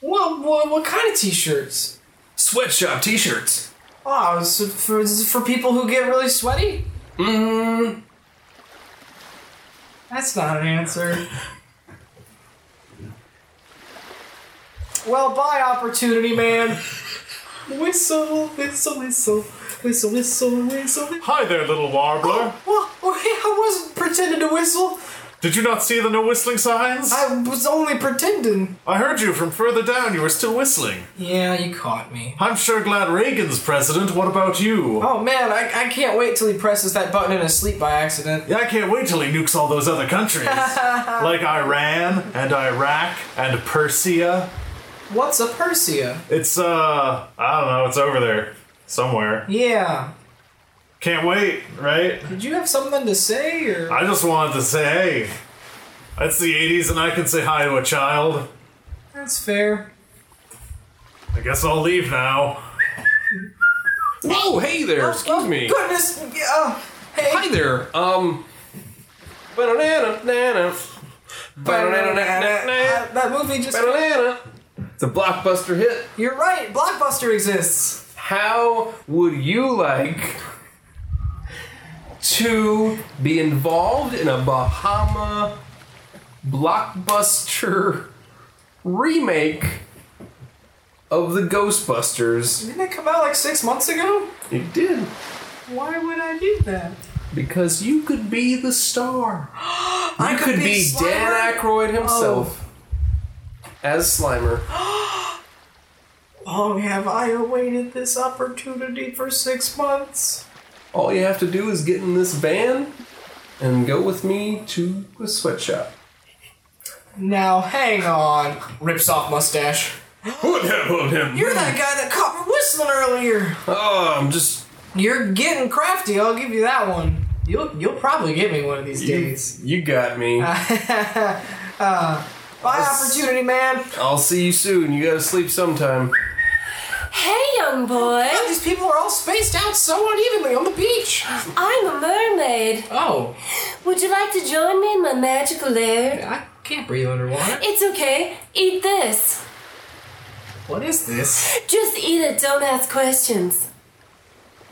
Speaker 3: What, what, what kind of t shirts?
Speaker 1: Sweatshop t shirts.
Speaker 3: Oh, so for, is it for people who get really sweaty? Mm-hmm.
Speaker 1: Mmm.
Speaker 3: That's not an answer. well, bye, opportunity man. Whistle, whistle, whistle, whistle, whistle, whistle. Oh,
Speaker 2: Hi there, little warbler.
Speaker 3: Well, okay, I wasn't pretending to whistle.
Speaker 2: Did you not see the no whistling signs? I,
Speaker 3: I was only pretending.
Speaker 2: heard you from further down. You were still whistling.
Speaker 3: Yeah, you caught me.
Speaker 2: I'm sure glad Reagan's president. What about you?
Speaker 3: Oh man, I, I can't wait till he presses that button in his sleep by accident.
Speaker 2: Yeah, I can't wait till he nukes all those other countries. like Iran and Iraq and Persia.
Speaker 3: What's a Persia?
Speaker 2: It's, uh, I don't know, it's over there somewhere.
Speaker 3: Yeah.
Speaker 2: Can't wait, right?
Speaker 3: Did you have something to say or?
Speaker 2: I just wanted to say, hey, it's the 80s and I can say hi to a child.
Speaker 3: That's fair.
Speaker 2: I guess I'll leave now.
Speaker 1: Whoa, hey there, excuse me.
Speaker 3: Oh, Goodness. Uh, hey.
Speaker 1: Hi there. Um. Banana, banana.
Speaker 3: Uh, that movie just.
Speaker 1: Banana. It's a blockbuster hit.
Speaker 3: You're right. Blockbuster exists.
Speaker 1: How would you like to be involved in a Bahama blockbuster remake of the Ghostbusters?
Speaker 3: Didn't it come out like six months ago?
Speaker 1: It did.
Speaker 3: Why would I do that?
Speaker 1: Because you could be the star.
Speaker 3: I
Speaker 1: You could, be, Dan
Speaker 10: Oh.
Speaker 1: Aykroyd himself as Slimer.
Speaker 3: Long Oh, have I awaited this opportunity for six months.
Speaker 1: All you have to do is get in this van and go with me to a sweatshop.
Speaker 3: Now hang on. Rips off mustache. You're that guy that caught me whistling earlier.
Speaker 1: Oh, I'm just.
Speaker 3: You're getting crafty. I'll give you that one. You'll you'll probably get me one of these
Speaker 1: You,
Speaker 3: days.
Speaker 1: you got me.
Speaker 3: uh, bye, opportunity man.
Speaker 1: I'll see you soon. You gotta sleep sometime.
Speaker 4: Hey, young boy.
Speaker 3: God, these people are all spaced out so unevenly on the beach.
Speaker 4: I'm a mermaid.
Speaker 3: Oh,
Speaker 4: Would you like to join me in my magical lair?
Speaker 3: I can't breathe underwater.
Speaker 4: It's okay. Eat this.
Speaker 3: What is this?
Speaker 4: Just eat it. Don't ask questions.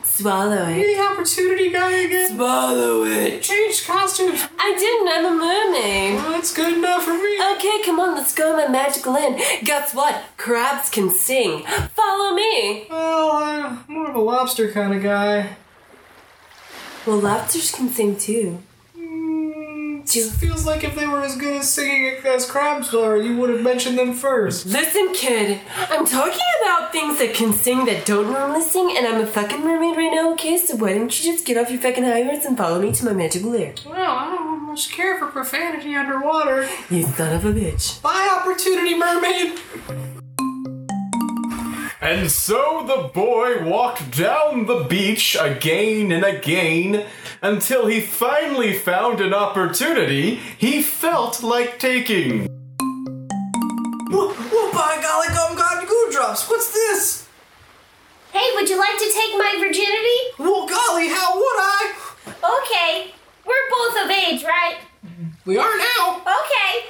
Speaker 4: Swallow it.
Speaker 3: The opportunity guy again.
Speaker 4: Swallow it.
Speaker 3: Change costumes.
Speaker 4: I didn't. I'm a mermaid.
Speaker 3: Well, That's good enough for me.
Speaker 4: Okay, come on. Let's go to my magical inn. Guess what? Crabs can sing. Follow me.
Speaker 3: Well, uh, more of a lobster kind of guy.
Speaker 4: Well, lobsters can sing too.
Speaker 3: Hmm, It feels like if they were as good at singing as crabs are, you would have mentioned them first.
Speaker 4: Listen, kid, I'm talking about things that can sing that don't normally sing, and I'm a fucking mermaid right now, okay? So why don't you just get off your fucking high horse and follow me to my magical lair?
Speaker 3: Well, I don't much care for profanity underwater.
Speaker 4: You son of a bitch.
Speaker 3: Bye, opportunity mermaid.
Speaker 7: And so the boy walked down the beach again and again until he finally found an opportunity he felt like taking.
Speaker 3: Whoa, whoa, by golly, gum god goodrops. What's this?
Speaker 6: Hey, would you like to take my virginity?
Speaker 3: Well, golly, how would I?
Speaker 6: Okay. We're both of age, right?
Speaker 3: We are now.
Speaker 6: Okay.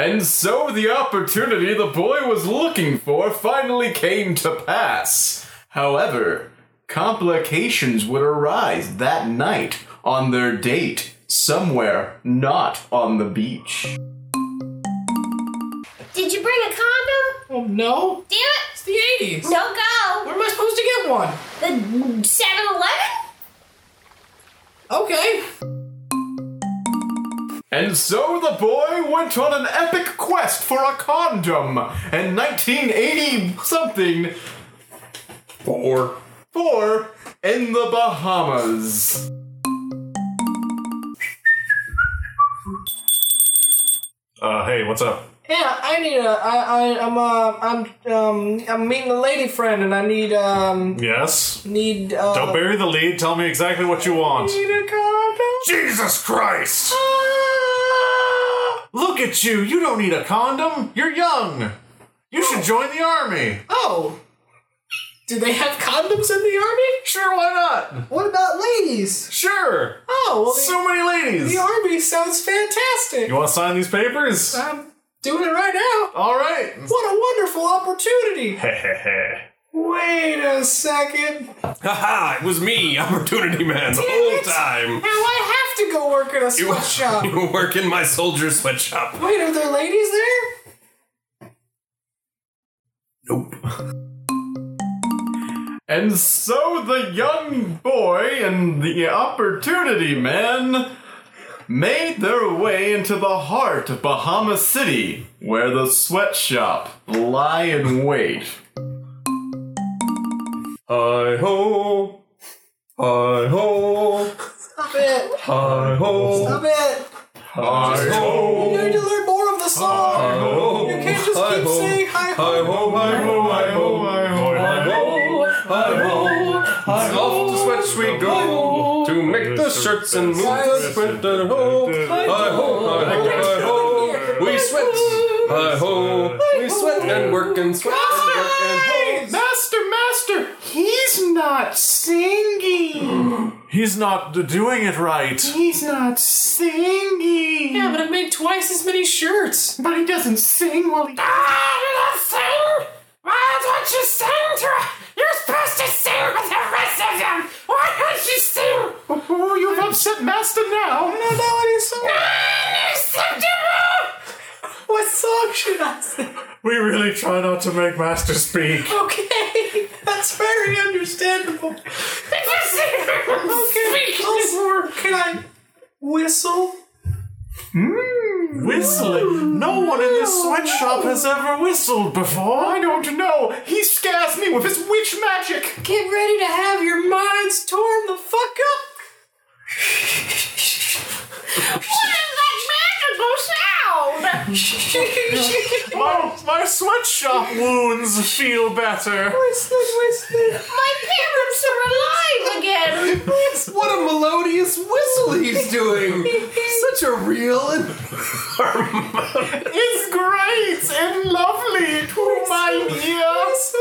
Speaker 7: And so the opportunity the boy was looking for finally came to pass. However, complications would arise that night on their date somewhere not on the beach.
Speaker 6: Did you bring a condom?
Speaker 3: Well, Um, no.
Speaker 6: Damn
Speaker 3: It's
Speaker 6: it.
Speaker 3: the 80s.
Speaker 6: No go.
Speaker 3: Where am I supposed to get one?
Speaker 6: The 7 Eleven?
Speaker 5: Okay.
Speaker 7: And so the boy went on an epic quest for a condom in 1980 something. Four. Four in the Bahamas.
Speaker 2: Uh, hey, what's up?
Speaker 5: Yeah, I need a. I, I, I'm. Uh, I'm. Um. I'm meeting a lady friend, and I need. Um.
Speaker 2: Yes?
Speaker 5: Need. Uh,
Speaker 2: Don't bury the lead. Tell me exactly what you want.
Speaker 5: Need a condom.
Speaker 2: Jesus Christ! Look at you! You don't need a condom! You're young! You should join the army!
Speaker 5: Oh. Do they have condoms in the army?
Speaker 2: Sure, why not?
Speaker 5: What about ladies?
Speaker 2: Sure!
Speaker 5: Oh, well, the,
Speaker 2: So many ladies!
Speaker 5: the army sounds fantastic.
Speaker 2: You want to sign these papers?
Speaker 5: I'm doing it right now.
Speaker 2: Alright!
Speaker 5: What a wonderful opportunity.
Speaker 1: Uh.
Speaker 2: Hehehe.
Speaker 5: Wait a second.
Speaker 1: Haha, it was me, Opportunity Man, the
Speaker 5: Damn
Speaker 1: whole
Speaker 5: it.
Speaker 1: time.
Speaker 5: Now I have to go work in a sweatshop.
Speaker 1: You work in my soldier sweatshop.
Speaker 5: Wait, are there ladies there?
Speaker 1: Nope.
Speaker 7: And so the young boy and the opportunity man made their way into the heart of Bahama City, where the sweatshop lie in wait.
Speaker 1: Hi ho. Hi ho.
Speaker 5: Stop it.
Speaker 1: Hi ho.
Speaker 5: Stop it.
Speaker 1: Hi
Speaker 5: You need
Speaker 1: ho.
Speaker 5: to learn more of the song. You can't just keep saying hi
Speaker 1: Hi
Speaker 5: ho.
Speaker 1: ho, hi ho, hi ho, hi ho. Hi ho, hi ho, hi ho. Off to sweats we go to make the shirts and move the printer. Ho, hi ho, hi ho, hi ho. We sweat, hi ho. We sweat and work and sweat and work and ho.
Speaker 7: Master, master, he's not singing.
Speaker 2: He's not d- doing it right.
Speaker 7: He's not singing.
Speaker 5: Yeah, but I made twice as many shirts.
Speaker 7: But he doesn't sing while he. Ah, you don't sing! Why don't you sing to You're supposed to sing with the rest of them! Why don't you sing? Oh, you've upset Master now! Ah,
Speaker 5: I don't know any song. What song should I sing?
Speaker 2: We really try not to make Master speak.
Speaker 5: Okay, that's very understandable. okay, also, can I whistle?
Speaker 2: Hmm. Whistling? No one in this sweatshop has ever whistled before. I don't know. He scares me with his witch magic.
Speaker 5: Get ready to have your minds torn the fuck up.
Speaker 2: My, my sweatshop wounds feel better.
Speaker 5: Whistling, whistling.
Speaker 11: My parents are alive again.
Speaker 1: What a melodious whistle he's doing! Such a real and
Speaker 2: It's great and lovely to my ears.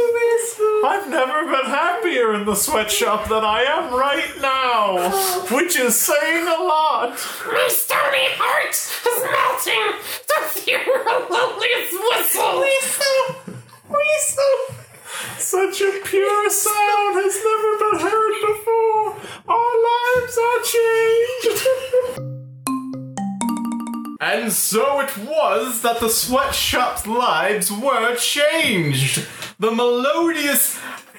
Speaker 2: I've never been happier in the sweatshop than I am right now, which is saying a lot.
Speaker 6: My stony heart is melting to hear a loveliest whistle.
Speaker 2: Such a pure sound has never been heard before. Our lives are changed.
Speaker 7: And so it was that the sweatshop's lives were changed. The melodious,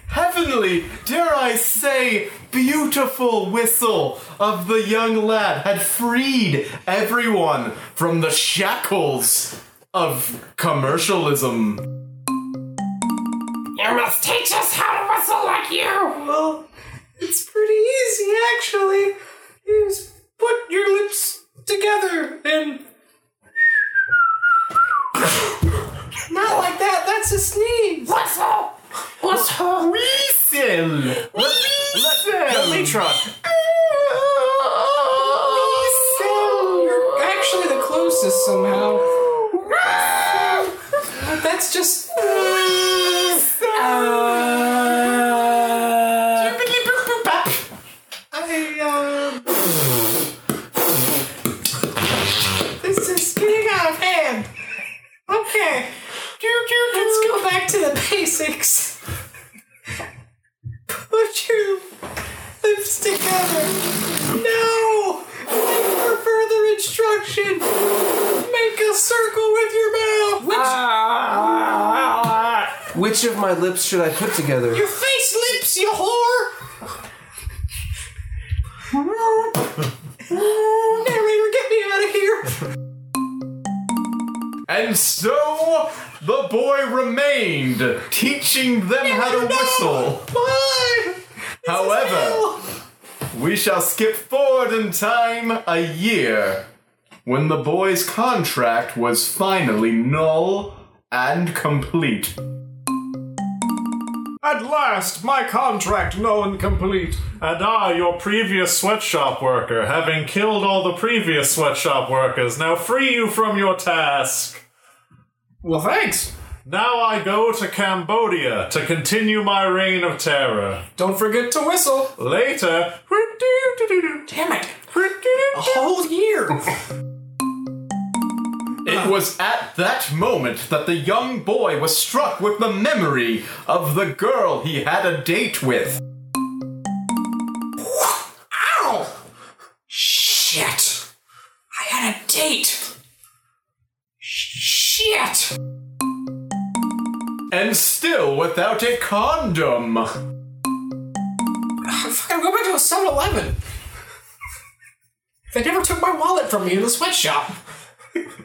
Speaker 7: heavenly, dare I say, beautiful whistle of the young lad had freed everyone from the shackles of commercialism.
Speaker 6: You must teach us how to whistle like you.
Speaker 5: Well, it's pretty easy actually. You just put your lips together and. Not like that, that's a sneeze!
Speaker 6: Whistle. Whistle.
Speaker 7: Whistle!
Speaker 2: Let me try.
Speaker 10: Ah.
Speaker 5: You're actually the closest somehow. But that's just. I, uh. This is getting out of hand. Okay. Let's go back to the basics. Put your lips together. No! Wait for further instruction. Make a circle with your mouth.
Speaker 1: Which of my lips should I put together?
Speaker 5: your face lips, you whore!
Speaker 3: Narrator, get me out of here!
Speaker 7: And so the boy remained, teaching them how to whistle. However, we shall skip forward in time a year when the boy's contract was finally null and complete.
Speaker 2: At last, my contract no incomplete. And I, your previous sweatshop worker, having killed all the previous sweatshop workers, now free you from your task.
Speaker 9: Well, thanks.
Speaker 2: Now I go to Cambodia to continue my reign of terror.
Speaker 9: Don't forget to whistle.
Speaker 2: Later,
Speaker 9: Damn it.
Speaker 10: A whole year.
Speaker 7: It was at that moment that the young boy was struck with the memory of the girl he had a date with.
Speaker 10: Ow! Shit! I had a date. Shit!
Speaker 7: And still without a condom.
Speaker 10: Fucking go back to a 7 Eleven. They never took my wallet from me in the sweatshop. They left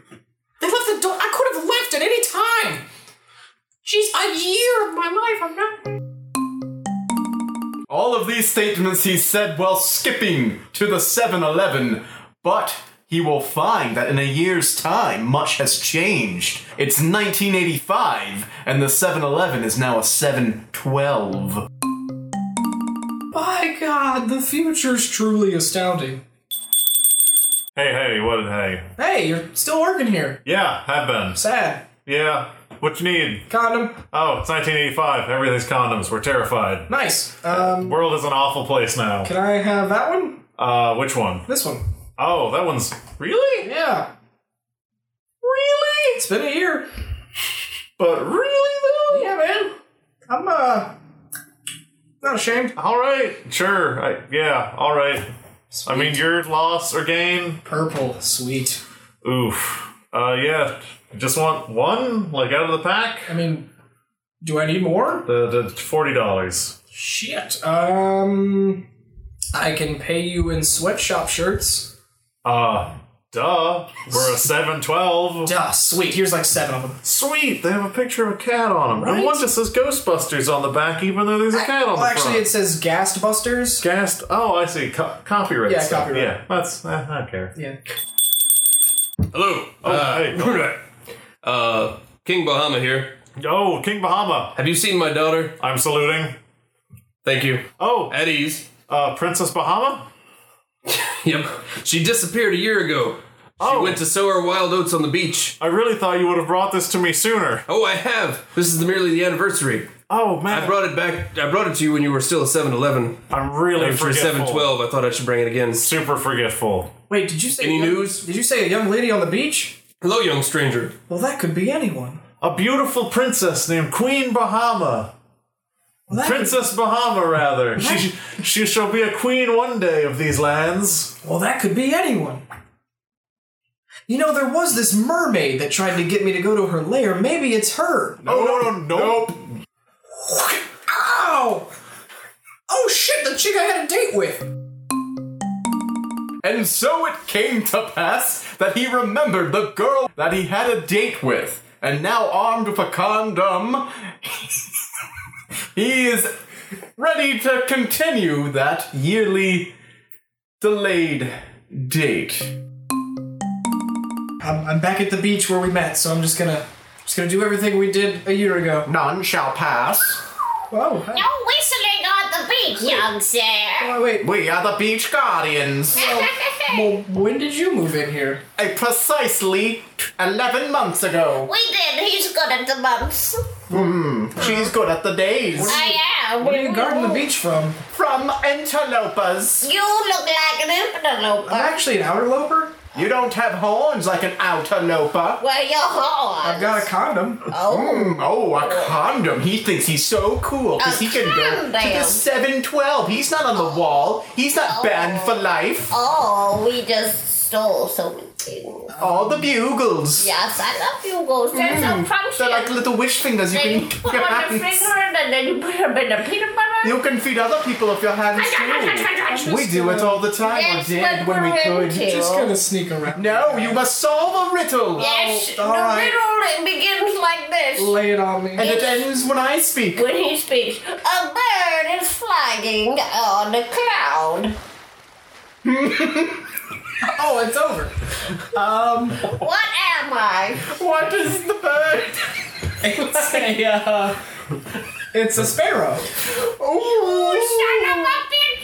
Speaker 10: the door. I could have left at any time. Jeez, a year of my life. I'm not.
Speaker 7: All of these statements he said while skipping to the 7 Eleven, but he will find that in a year's time, much has changed. It's 1985, and the 7 Eleven is now a 712.
Speaker 3: By God, the future's truly astounding.
Speaker 2: Hey, hey, what, hey.
Speaker 3: Hey, you're still working here.
Speaker 2: Yeah, have been.
Speaker 3: Sad.
Speaker 2: Yeah, what you need?
Speaker 3: Condom.
Speaker 2: Oh, it's 1985. Everything's condoms. We're terrified.
Speaker 3: Nice. Um,
Speaker 2: World is an awful place now.
Speaker 3: can I have that one?
Speaker 2: Uh, which one?
Speaker 3: This one.
Speaker 2: Oh, that one's really,
Speaker 3: Yeah. Really? It's been a year.
Speaker 2: but really
Speaker 3: Yeah, man. I'm uh not ashamed.
Speaker 2: though. All right, sure. I, yeah, all right. I mean, your loss or gain.
Speaker 3: Purple, sweet.
Speaker 2: Oof. Uh, yeah. Just want one, like out of the pack.
Speaker 3: I mean, do I need more?
Speaker 2: The the forty dollars.
Speaker 3: Shit. Um, I can pay you in sweatshop shirts.
Speaker 2: Uh, duh. We're a seven twelve.
Speaker 3: Duh, sweet. Here's like seven of them.
Speaker 2: Sweet. They have a picture of a cat on them.
Speaker 3: Right?
Speaker 2: And one just says Ghostbusters on the back, even though there's a cat on
Speaker 3: Well,
Speaker 2: the
Speaker 3: actually,
Speaker 2: front.
Speaker 3: it says Gastbusters.
Speaker 2: Gassed. Oh, I see. Co- copyright.
Speaker 3: Yeah,
Speaker 2: stuff.
Speaker 3: copyright.
Speaker 2: Yeah, that's. Uh, I don't care.
Speaker 3: Yeah.
Speaker 1: Hello.
Speaker 2: Oh, hey, go
Speaker 1: Uh, uh, King Bahama here.
Speaker 2: Oh, King Bahama.
Speaker 1: Have you seen my daughter?
Speaker 2: I'm saluting.
Speaker 1: Thank you.
Speaker 2: Oh,
Speaker 1: At ease.
Speaker 2: uh, Princess Bahama.
Speaker 1: Yep. She disappeared a year ago. She
Speaker 2: Oh.
Speaker 1: went to sow her wild oats on the beach.
Speaker 2: I really thought you would have brought this to me sooner.
Speaker 1: Oh, I have. This is merely the anniversary.
Speaker 2: Oh man,
Speaker 1: I brought it back. I brought it to you when you were still a 7-Eleven.
Speaker 2: I'm really
Speaker 1: After
Speaker 2: forgetful.
Speaker 1: 7-Twelve, I thought I should bring it again.
Speaker 2: Super forgetful.
Speaker 3: Wait, did you say
Speaker 1: Any
Speaker 3: a young-
Speaker 1: news?
Speaker 3: Did you say a young lady on the beach?
Speaker 1: Hello, young stranger.
Speaker 3: Well, that could be anyone.
Speaker 2: A beautiful princess named Queen Bahama.
Speaker 3: Well, that
Speaker 2: Princess Bahama, rather. She, she shall be a queen one day of these lands.
Speaker 3: Could, well, that could be anyone. You know, there was this mermaid that tried to get me to go to her lair. Maybe it's her.
Speaker 2: oh, no, no, nope.
Speaker 3: Ow! Oh shit, the chick I had a date with!
Speaker 7: And so it came to pass that he remembered the girl that he had a date with, and now armed with a condom, he is ready to continue that yearly delayed date.
Speaker 3: I'm, I'm back at the beach where we met, so I'm just gonna just gonna do everything we did a year ago.
Speaker 7: None shall pass.
Speaker 3: Oh, hi.
Speaker 6: No whistling on the beach, young sir.
Speaker 3: oh wait.
Speaker 7: We are the beach guardians.
Speaker 3: Well, when did you move in here?
Speaker 7: A precisely 11 months ago. Hmm,
Speaker 6: we did. He's good at the months.
Speaker 7: She's good at the days.
Speaker 6: I am.
Speaker 3: Where are you guarding the beach from?
Speaker 7: Uh, From interlopers.
Speaker 6: You look like an
Speaker 3: I'm
Speaker 6: interloper.
Speaker 3: actually an outer loper.
Speaker 7: You don't have horns like an outerloper.
Speaker 6: Where your horn?
Speaker 3: I've got a condom.
Speaker 6: Oh,
Speaker 7: Mm, oh, a condom. He thinks he's so cool because
Speaker 6: A
Speaker 7: he can go to the
Speaker 6: condom.
Speaker 7: 712. He's not on the wall. He's not banned for life.
Speaker 6: oh, we just stole so we can.
Speaker 7: All the bugles. Mm.
Speaker 6: Yes, I love you, ghost. They're so crunchy.
Speaker 7: They're like little wish fingers you
Speaker 6: They
Speaker 7: can
Speaker 6: put on your finger and then you put them in the peanut butter
Speaker 7: You can feed other people if your hands too. We do it all the time.
Speaker 6: That's
Speaker 7: we did
Speaker 6: what
Speaker 7: when we
Speaker 6: we're
Speaker 7: could.
Speaker 6: into. Just
Speaker 3: gonna sneak around.
Speaker 7: No, you must solve a riddle.
Speaker 6: Yes,
Speaker 7: all
Speaker 6: the
Speaker 7: right.
Speaker 6: riddle it begins like this.
Speaker 3: Lay it on me.
Speaker 7: And it ends when I speak.
Speaker 6: when he speaks, a bird is flying on a cloud.
Speaker 3: Oh, it's over.
Speaker 7: Um,
Speaker 6: What am I?
Speaker 7: what is the bird?
Speaker 3: It's a, uh, it's a sparrow.
Speaker 7: Ooh,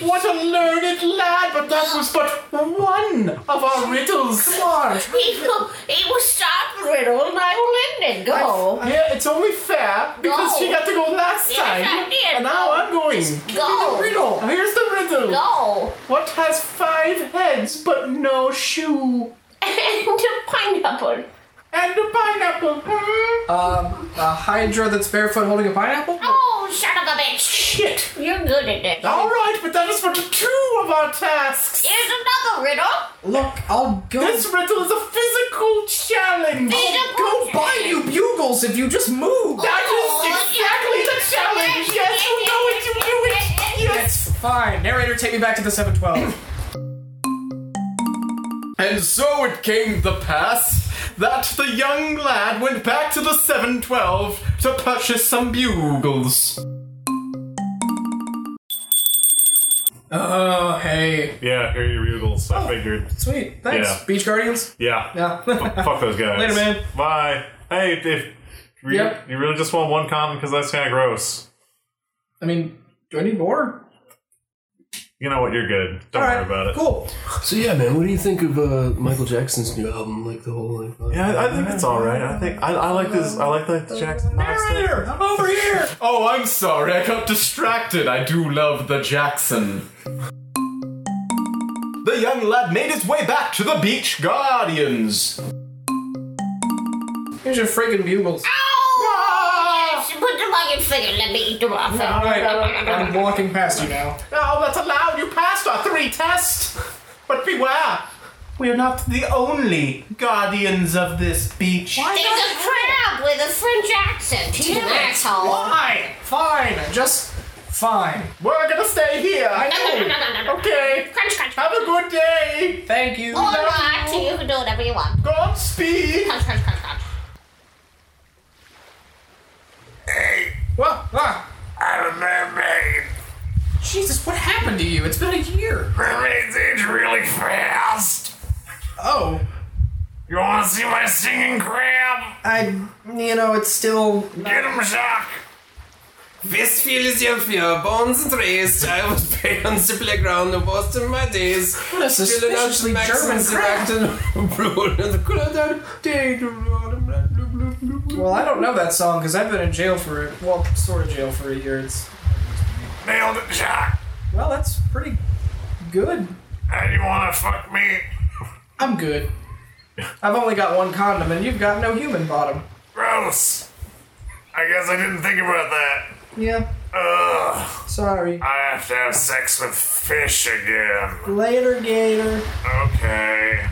Speaker 7: what a learned lad! But that was but one of our riddles.
Speaker 6: People, it was start the riddle and I will end it. Go.
Speaker 7: Yeah, it's only fair because
Speaker 6: No.
Speaker 7: she got to go last
Speaker 6: Yes,
Speaker 7: time,
Speaker 6: I did.
Speaker 7: and now I'm going.
Speaker 6: Go.
Speaker 7: Riddle. Here's the riddle.
Speaker 6: Go.
Speaker 7: What has five heads but no shoe?
Speaker 6: And a pineapple.
Speaker 7: And a pineapple. Hmm?
Speaker 3: Um, a hydra that's barefoot holding a pineapple.
Speaker 6: Oh, son of a bitch.
Speaker 7: Shit.
Speaker 6: You're good at this.
Speaker 7: All right, but that is for two of our tasks.
Speaker 6: Here's another riddle.
Speaker 3: Look, I'll go.
Speaker 7: This riddle is a physical challenge.
Speaker 3: Go buy you bugles if you just
Speaker 6: Oh.
Speaker 3: move.
Speaker 7: That is exactly the challenge. Yes, we know what you do. It. Yes.
Speaker 3: That's fine. Narrator, take me back to the 712.
Speaker 7: And so it came to pass that the young lad went back to the 712 to purchase some bugles.
Speaker 3: oh, hey. Oh,
Speaker 2: Yeah, here are your bugles. I figured.
Speaker 3: Sweet. Thanks.
Speaker 2: Yeah.
Speaker 3: Beach Guardians?
Speaker 2: Yeah.
Speaker 3: Yeah.
Speaker 2: Fuck those guys.
Speaker 3: Later, man.
Speaker 2: Bye. Hey, if you,
Speaker 3: Yep.
Speaker 2: you really just want one condom because that's kind of gross.
Speaker 3: I mean, do I need more?
Speaker 2: You know what? You're good. Don't worry about it.
Speaker 3: Cool.
Speaker 1: So yeah, man, what do you think of uh, Michael Jackson's new album? Like the whole like.
Speaker 2: Yeah, I, I think it's all right. I think I, I like this. I like the Jackson Five stuff.
Speaker 3: Narrator, I'm over here.
Speaker 7: Oh, I'm sorry, I got distracted. I do love the Jackson. The young lad made his way back to the Beach Guardians.
Speaker 3: Here's your friggin' bugles.
Speaker 7: Ah.
Speaker 6: Oh! Yes, put them on your finger. Let me eat them off.
Speaker 3: All right, I'm walking past you now.
Speaker 7: Now Oh, that's allowed, you passed our three tests. But beware, we are not the only guardians of this beach.
Speaker 6: There's a crab with a French accent. He's an asshole.
Speaker 3: Fine, fine, just fine.
Speaker 7: We're gonna stay here. Okay.
Speaker 6: Crunch, crunch.
Speaker 7: Have a good day.
Speaker 3: Thank you.
Speaker 6: All right, you can do whatever you want.
Speaker 7: Godspeed.
Speaker 6: Crunch, crunch, crunch, crunch.
Speaker 3: Wha- ah.
Speaker 5: I'm a mermaid.
Speaker 3: Jesus, what happened to you? It's been a year.
Speaker 5: Mermaids age really fast.
Speaker 3: Oh,
Speaker 5: You want to see my singing crab?
Speaker 3: I, you know, it's still.
Speaker 5: Get
Speaker 1: uh,
Speaker 5: him, Jacques.
Speaker 1: This Philadelphia, bones and raised, I was played on the playground the most of my days.
Speaker 3: What a suspiciously German crab. Well, I don't know that song because I've been in jail for well, sort of jail for a year. It's
Speaker 5: Nailed it, Jacques.
Speaker 3: well, that's pretty good.
Speaker 5: And you want to fuck me?
Speaker 3: I'm good. I've only got one condom, and you've got no human bottom.
Speaker 5: Gross. I guess I didn't think about that.
Speaker 3: Yeah,
Speaker 5: Ugh.
Speaker 3: sorry.
Speaker 5: I have to have sex with fish again.
Speaker 3: Later, Gator.
Speaker 5: Okay.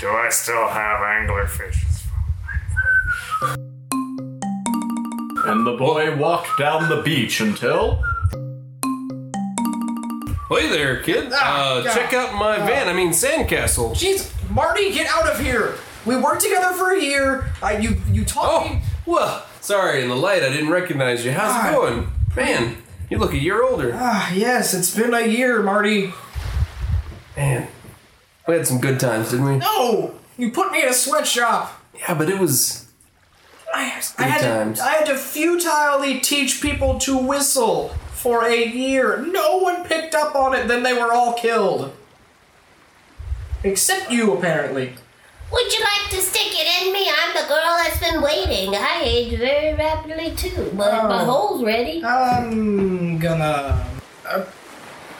Speaker 5: Do I still have anglerfish?
Speaker 7: And the boy walked down the beach until.
Speaker 1: Hey there, kid.
Speaker 3: Ah,
Speaker 1: uh,
Speaker 3: God. Ah.
Speaker 1: check out my van. I mean, sandcastle.
Speaker 3: Jeez, Marty, get out of here. We worked together for a year. I, you, you taught
Speaker 1: Oh,
Speaker 3: me.
Speaker 1: well, sorry. In the light, I didn't recognize you. How's
Speaker 3: God.
Speaker 1: it going, man? You look a year older.
Speaker 3: Ah, yes, it's been a year, Marty.
Speaker 1: Man, we had some good times, didn't we?
Speaker 3: No, you put me in a sweatshop.
Speaker 1: Yeah, but it was.
Speaker 3: I, I had
Speaker 1: times.
Speaker 3: to, I had to futilely teach people to whistle for a year. No one picked up on it. Then they were all killed, except you, apparently.
Speaker 6: Would you like to stick it in me? I'm the girl that's been waiting. I age very rapidly too, but
Speaker 12: Oh.
Speaker 6: my hole's ready.
Speaker 3: Oh. I'm gonna. Uh,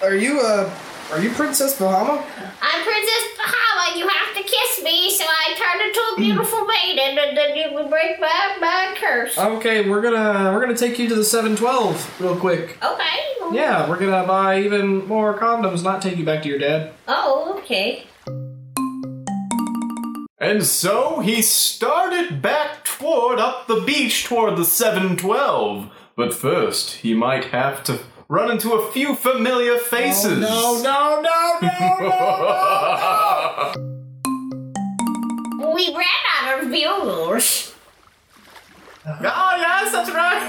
Speaker 3: are you uh, are you Princess Bahama?
Speaker 6: I'm Princess Bahama. You have to kiss me, so I turn into a
Speaker 12: Mm.
Speaker 6: beautiful maiden, and then you will break my, my curse.
Speaker 3: Okay, we're gonna we're gonna take you to the 712 real quick.
Speaker 6: Okay.
Speaker 3: Yeah,
Speaker 12: Oh,
Speaker 3: we're gonna buy even more condoms, not take you back to your dad.
Speaker 6: Oh, okay.
Speaker 7: And so he started back toward up the beach toward the 712. But first, he might have to run into a few familiar faces.
Speaker 3: Oh,
Speaker 12: No, no, no, no,
Speaker 7: no,
Speaker 6: We ran out of viewers.
Speaker 3: Oh, yes, that's right.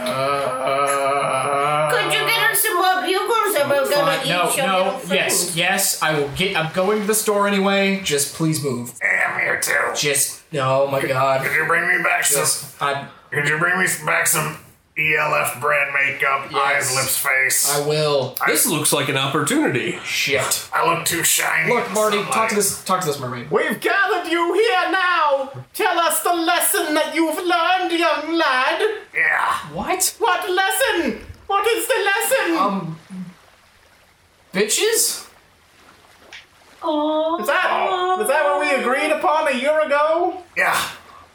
Speaker 6: Could you get us some more bugles and we're gonna
Speaker 3: uh, Fine.
Speaker 6: eat
Speaker 3: No,
Speaker 6: your
Speaker 3: no,
Speaker 6: little
Speaker 3: yes,
Speaker 6: food?
Speaker 3: yes. I will get. I'm going to the store anyway. Just please move.
Speaker 9: Damn you too.
Speaker 3: Just. Oh my God.
Speaker 9: Could you bring me back some?
Speaker 3: Just. I.
Speaker 9: Could you bring me back some
Speaker 5: E
Speaker 9: ELF brand makeup, eyes, lips, face?
Speaker 3: I will.
Speaker 1: This looks like an opportunity.
Speaker 3: Shit.
Speaker 9: I look too shiny.
Speaker 3: Look,
Speaker 9: in
Speaker 3: Marty. Talk
Speaker 9: sunlight.
Speaker 3: to this. Talk to this mermaid.
Speaker 7: We've gathered you here now. Tell us the lesson that you've learned, young lad.
Speaker 9: Yeah.
Speaker 3: What?
Speaker 7: What lesson? What is the lesson?
Speaker 3: Um. Bitches.
Speaker 7: is that is that what we agreed upon a year ago?
Speaker 9: Yeah.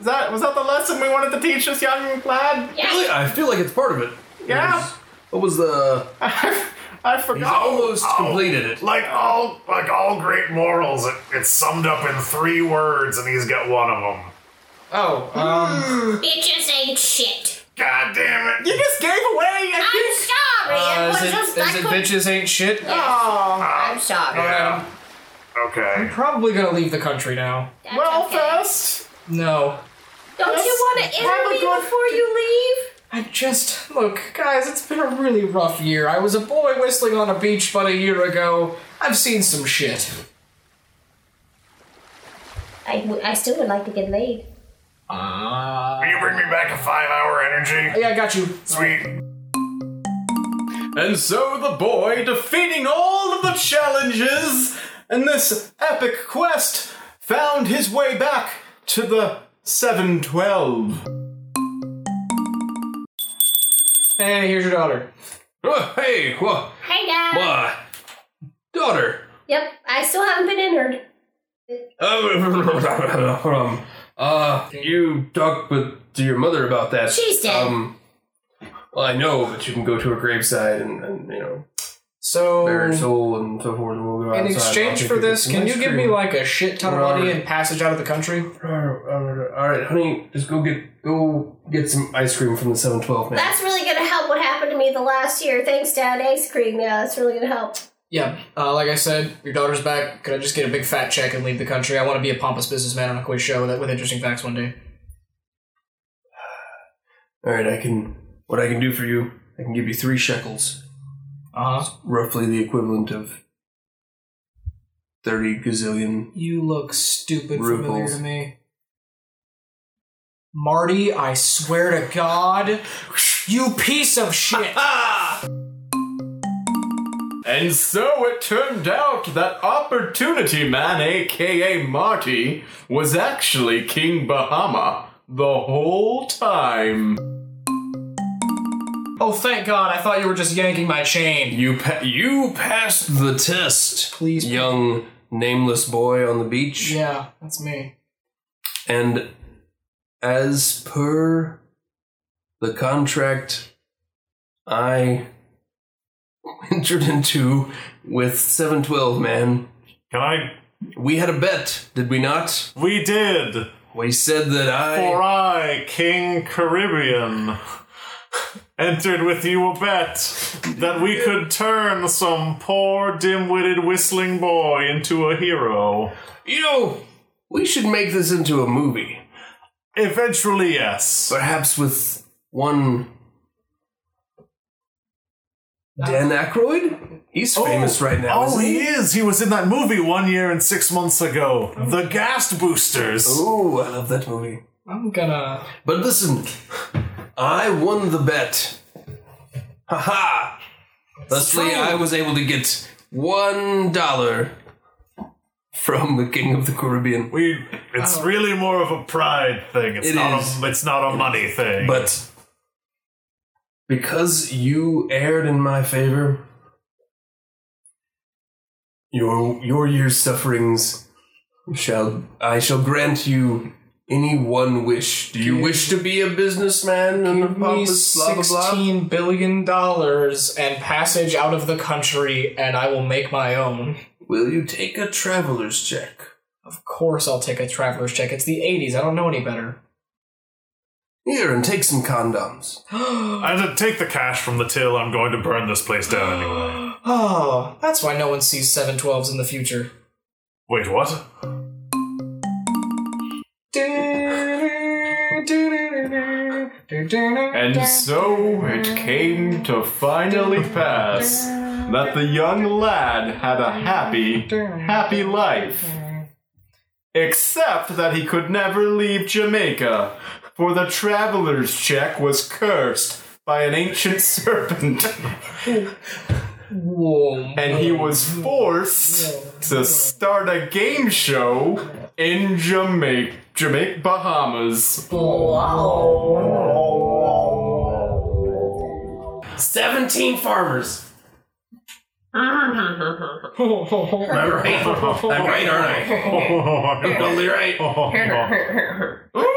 Speaker 7: Is that was that the lesson we wanted to teach this young lad?
Speaker 1: Really? I feel like it's part of it. Uh,
Speaker 7: Yeah.
Speaker 1: What was the?
Speaker 7: I
Speaker 1: He's
Speaker 7: forgot.
Speaker 1: almost completed it.
Speaker 9: Oh, Like all like all great morals, it, it's summed up in three words, and he's got one of them.
Speaker 3: Oh. Um.
Speaker 6: Bitches ain't shit.
Speaker 9: God damn it!
Speaker 7: You just gave away. a
Speaker 6: I'm
Speaker 7: huge-
Speaker 6: sorry. it
Speaker 3: Uh,
Speaker 6: was
Speaker 3: is it,
Speaker 6: just I
Speaker 3: is it
Speaker 6: couldn't.
Speaker 3: bitches ain't shit?
Speaker 7: Oh. Aw.
Speaker 6: I'm sorry.
Speaker 9: Oh, Yeah. Okay.
Speaker 3: Probably gonna leave the country now.
Speaker 6: That's
Speaker 7: Well,
Speaker 6: okay.
Speaker 7: first,
Speaker 3: No.
Speaker 4: Don't you want to
Speaker 7: have a
Speaker 4: interview
Speaker 7: good-
Speaker 4: before you leave?
Speaker 3: I just look, guys. It's been a really rough year. I was a boy whistling on a beach but a year ago. I've seen some shit.
Speaker 4: I, w- I still would like to get laid.
Speaker 1: Uh,
Speaker 9: Can you bring me back a five-hour energy?
Speaker 3: Yeah, I got you.
Speaker 9: Sweet.
Speaker 7: And so the boy, defeating all of the challenges in this epic quest, found his way back to the 712.
Speaker 3: Hey, here's your daughter.
Speaker 1: Oh, hey, wha
Speaker 6: Hey, Dad.
Speaker 1: wha daughter.
Speaker 4: Yep, I still haven't been entered.
Speaker 1: Um, uh, you talked with to your mother about that.
Speaker 6: She's dead.
Speaker 1: Um, well, I know, but you can go to her graveside and, and you know
Speaker 3: So,
Speaker 1: bury her soul and so forth. And we'll go outside.
Speaker 3: in
Speaker 1: I'll
Speaker 3: exchange
Speaker 1: take
Speaker 3: for
Speaker 1: you to
Speaker 3: this,
Speaker 1: some
Speaker 3: can you
Speaker 1: ice
Speaker 3: give me
Speaker 1: cream.
Speaker 3: like a shit ton of money and passage out of the country?
Speaker 1: All right, honey, just go get go get some ice cream from the Seven Twelve man.
Speaker 4: That's really gonna help what happened to me the last year. Thanks, Dad. Ice cream. Yeah, that's really gonna help.
Speaker 3: Yeah. Uh, like I said, your daughter's back. Could I just get a big fat check and leave the country? I want to be a pompous businessman on a quiz show that with interesting facts one day.
Speaker 1: All right, I can what I can do for you. I can give you three shekels,
Speaker 3: Uh huh.
Speaker 1: roughly the equivalent of thirty gazillion.
Speaker 3: You look stupid familiar
Speaker 1: Rubles.
Speaker 3: to me. Marty, I swear to God, you piece of shit.
Speaker 7: And so it turned out that Opportunity Man, aka Marty, was actually King Bahama the whole time.
Speaker 3: oh, thank God, I thought you were just yanking my chain.
Speaker 1: You pa- you passed the test,
Speaker 3: Please.
Speaker 1: young nameless boy on the beach.
Speaker 3: Yeah, that's me.
Speaker 1: And as per the contract I entered into with 712 man,
Speaker 2: Can I?
Speaker 1: we had a bet, did we not?
Speaker 2: We did.
Speaker 1: We said that
Speaker 2: For
Speaker 1: I
Speaker 2: I, King Caribbean, entered with you a bet that we could turn some poor, dim witted whistling boy into a hero.
Speaker 1: you know, we should make this into a movie.
Speaker 2: Eventually, yes.
Speaker 1: Perhaps with one Dan Aykroyd? He's famous right now.
Speaker 2: Oh,
Speaker 1: isn't
Speaker 2: he is. He was in that movie one year and six months ago. The Gast Boosters.
Speaker 1: Oh, I love that movie.
Speaker 3: I'm gonna.
Speaker 1: But listen, I won the bet. Ha ha! Thusly, I was able to get one dollar from the King of the Caribbean.
Speaker 2: We.
Speaker 5: Oh.
Speaker 2: It's really more of a pride thing. It's
Speaker 1: It
Speaker 2: not.
Speaker 1: is.
Speaker 2: A, it's not a money thing.
Speaker 1: But because you erred in my favor, your your year's sufferings shall I shall grant you any one wish. Do you wish to be a businessman and a
Speaker 3: Give me
Speaker 1: pompous blah blah blah?
Speaker 3: sixteen billion dollars and passage out of the country, and I will make my own.
Speaker 1: Will you take a traveler's check?
Speaker 3: Of course, I'll take a traveler's check. It's the '80s. I don't know any better.
Speaker 1: Here, and take some condoms.
Speaker 2: I did take the cash from the till. I'm going to burn this place down anyway.
Speaker 3: Oh, that's why no one sees 712s in the future.
Speaker 2: Wait, what?
Speaker 7: And so it came to finally pass that the young lad had a happy, happy life. Except that he could never leave Jamaica, for the traveler's check was cursed by an ancient serpent,
Speaker 3: Whoa.
Speaker 7: and he was forced to start a game show in Jamaica, Jamaica, Bahamas.
Speaker 5: Seventeen farmers. I'm right. I'm right, aren't I? I'm totally right.
Speaker 7: Mm.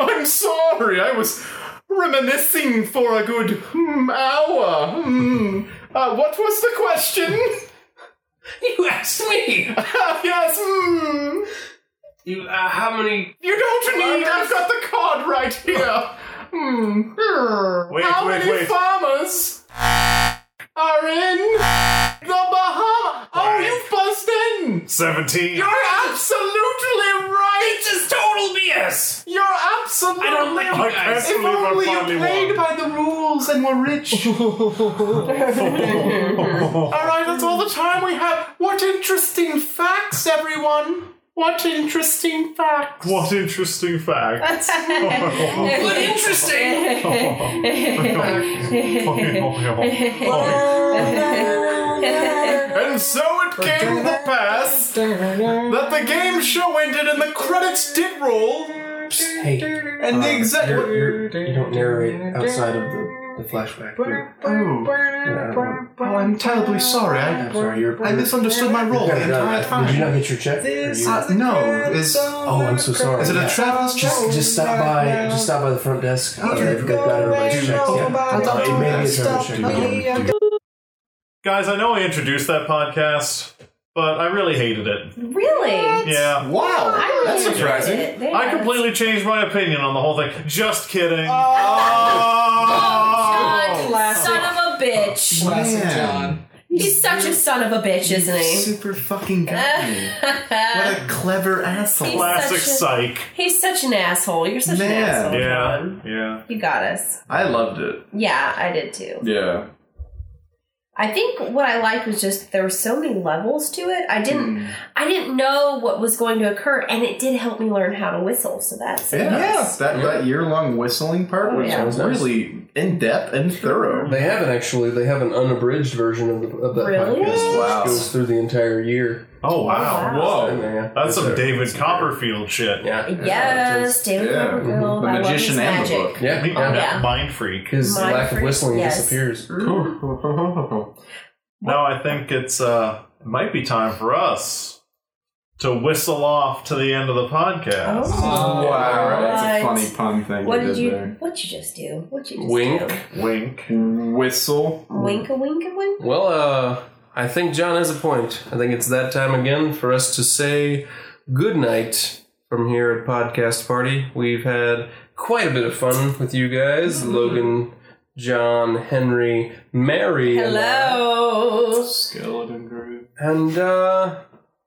Speaker 7: I'm sorry, I was reminiscing for a good hmm, hour. Hmm. Uh, what was the question?
Speaker 5: You asked me.
Speaker 7: yes, hmm.
Speaker 5: You, uh, how many?
Speaker 7: You don't need, I've got the card right here. Hmm.
Speaker 2: Wait,
Speaker 7: How
Speaker 2: wait,
Speaker 7: many
Speaker 2: wait.
Speaker 7: farmers are in the Bahamas? Oh, you buzzed in!
Speaker 2: 17.
Speaker 7: You're absolutely right!
Speaker 5: This is total BS.
Speaker 7: You're absolutely
Speaker 5: I don't like you
Speaker 2: can't
Speaker 5: guys.
Speaker 7: If
Speaker 2: believe I
Speaker 7: only
Speaker 2: finally
Speaker 7: you played
Speaker 2: won.
Speaker 7: by the rules and were rich. all right, that's all the time we have. What interesting facts, everyone! What interesting facts!
Speaker 2: What interesting fact.
Speaker 3: But interesting!
Speaker 7: And so it came to pass that the game show ended and the credits did roll.
Speaker 1: Hey,
Speaker 7: And the exact.
Speaker 1: you're, you're, you don't narrate outside of the, the flashback. You're,
Speaker 7: Oh. oh, I'm terribly sorry.
Speaker 1: I'm
Speaker 7: I,
Speaker 1: sorry, you're.
Speaker 7: I misunderstood my role the entire
Speaker 1: Did you
Speaker 7: time.
Speaker 1: not get your check? Are you-
Speaker 7: Uh, no, is is
Speaker 1: Oh, I'm so sorry.
Speaker 7: it a
Speaker 1: Yeah.
Speaker 7: traveler's check?
Speaker 1: Just, just stop by. Just stop by the front desk. Uh,
Speaker 7: Okay.
Speaker 1: they've they've got everybody's
Speaker 7: Dude,
Speaker 1: checks. Yeah.
Speaker 7: I thought
Speaker 1: It may be a
Speaker 7: you
Speaker 1: travel check. Yeah.
Speaker 2: Guys, I know I introduced that podcast, but I really hated it.
Speaker 4: Really?
Speaker 2: Yeah.
Speaker 7: Wow, that's
Speaker 4: really
Speaker 7: surprising.
Speaker 4: did. They
Speaker 2: I
Speaker 4: are-
Speaker 2: completely changed my opinion on the whole thing. Just kidding.
Speaker 3: Oh,
Speaker 4: John,
Speaker 3: Classic.
Speaker 4: Oh, son of a bitch.
Speaker 3: Classic
Speaker 7: Man.
Speaker 3: John.
Speaker 4: He's such a son of a bitch, isn't he?
Speaker 7: Super fucking guy. what a clever asshole.
Speaker 2: Classic
Speaker 4: such a-
Speaker 2: psych.
Speaker 4: He's such an asshole. You're such
Speaker 7: Man.
Speaker 4: an asshole,
Speaker 2: Yeah.
Speaker 4: John.
Speaker 2: Yeah.
Speaker 4: You got us.
Speaker 7: I loved it.
Speaker 4: Yeah, I did too.
Speaker 7: Yeah.
Speaker 4: I think what I liked was just there were so many levels to it. I didn't
Speaker 7: Mm.
Speaker 4: I didn't know what was going to occur and it did help me learn how to whistle, so that's
Speaker 7: Yeah,
Speaker 4: nice.
Speaker 7: that, that year long whistling part
Speaker 4: Oh,
Speaker 7: was
Speaker 4: yeah.
Speaker 7: really in depth and thorough.
Speaker 1: They have it actually. They have an unabridged version of, the, of that
Speaker 4: Really?
Speaker 1: podcast. which
Speaker 7: Wow.
Speaker 1: Goes through the entire year.
Speaker 2: Oh, wow.
Speaker 4: Wow.
Speaker 1: And, uh, yeah,
Speaker 2: That's
Speaker 1: it's
Speaker 2: some
Speaker 1: a-
Speaker 2: David
Speaker 1: it's a-
Speaker 2: Copperfield shit.
Speaker 1: Yeah.
Speaker 4: Yes, David
Speaker 7: Yeah. Mm-hmm.
Speaker 4: Copperfield.
Speaker 7: The
Speaker 4: I love his
Speaker 7: magician and the
Speaker 4: magic.
Speaker 7: book.
Speaker 1: Yeah.
Speaker 2: Me-
Speaker 1: yeah.
Speaker 4: Yeah.
Speaker 2: Mind freak.
Speaker 1: His
Speaker 4: My
Speaker 1: lack of
Speaker 4: freak,
Speaker 1: whistling
Speaker 4: yes. Mm-hmm.
Speaker 1: disappears.
Speaker 2: Now I think it's uh it might be time for us to whistle off to the end of the podcast.
Speaker 4: Oh,
Speaker 7: wow, that's a
Speaker 4: what?
Speaker 7: funny pun thing
Speaker 4: What
Speaker 7: you
Speaker 4: did
Speaker 7: did
Speaker 4: you
Speaker 7: there.
Speaker 4: what you just do? What you just
Speaker 1: Wink.
Speaker 4: do?
Speaker 2: Wink.
Speaker 7: Whistle.
Speaker 4: Wink a wink a wink.
Speaker 1: Well, uh, I think John has a point. I think it's that time again for us to say good night from here at Podcast Party. We've had quite a bit of fun with you guys, Logan, John, Henry, Mary. and I.
Speaker 4: Hello.
Speaker 7: Skeleton group.
Speaker 1: And, uh,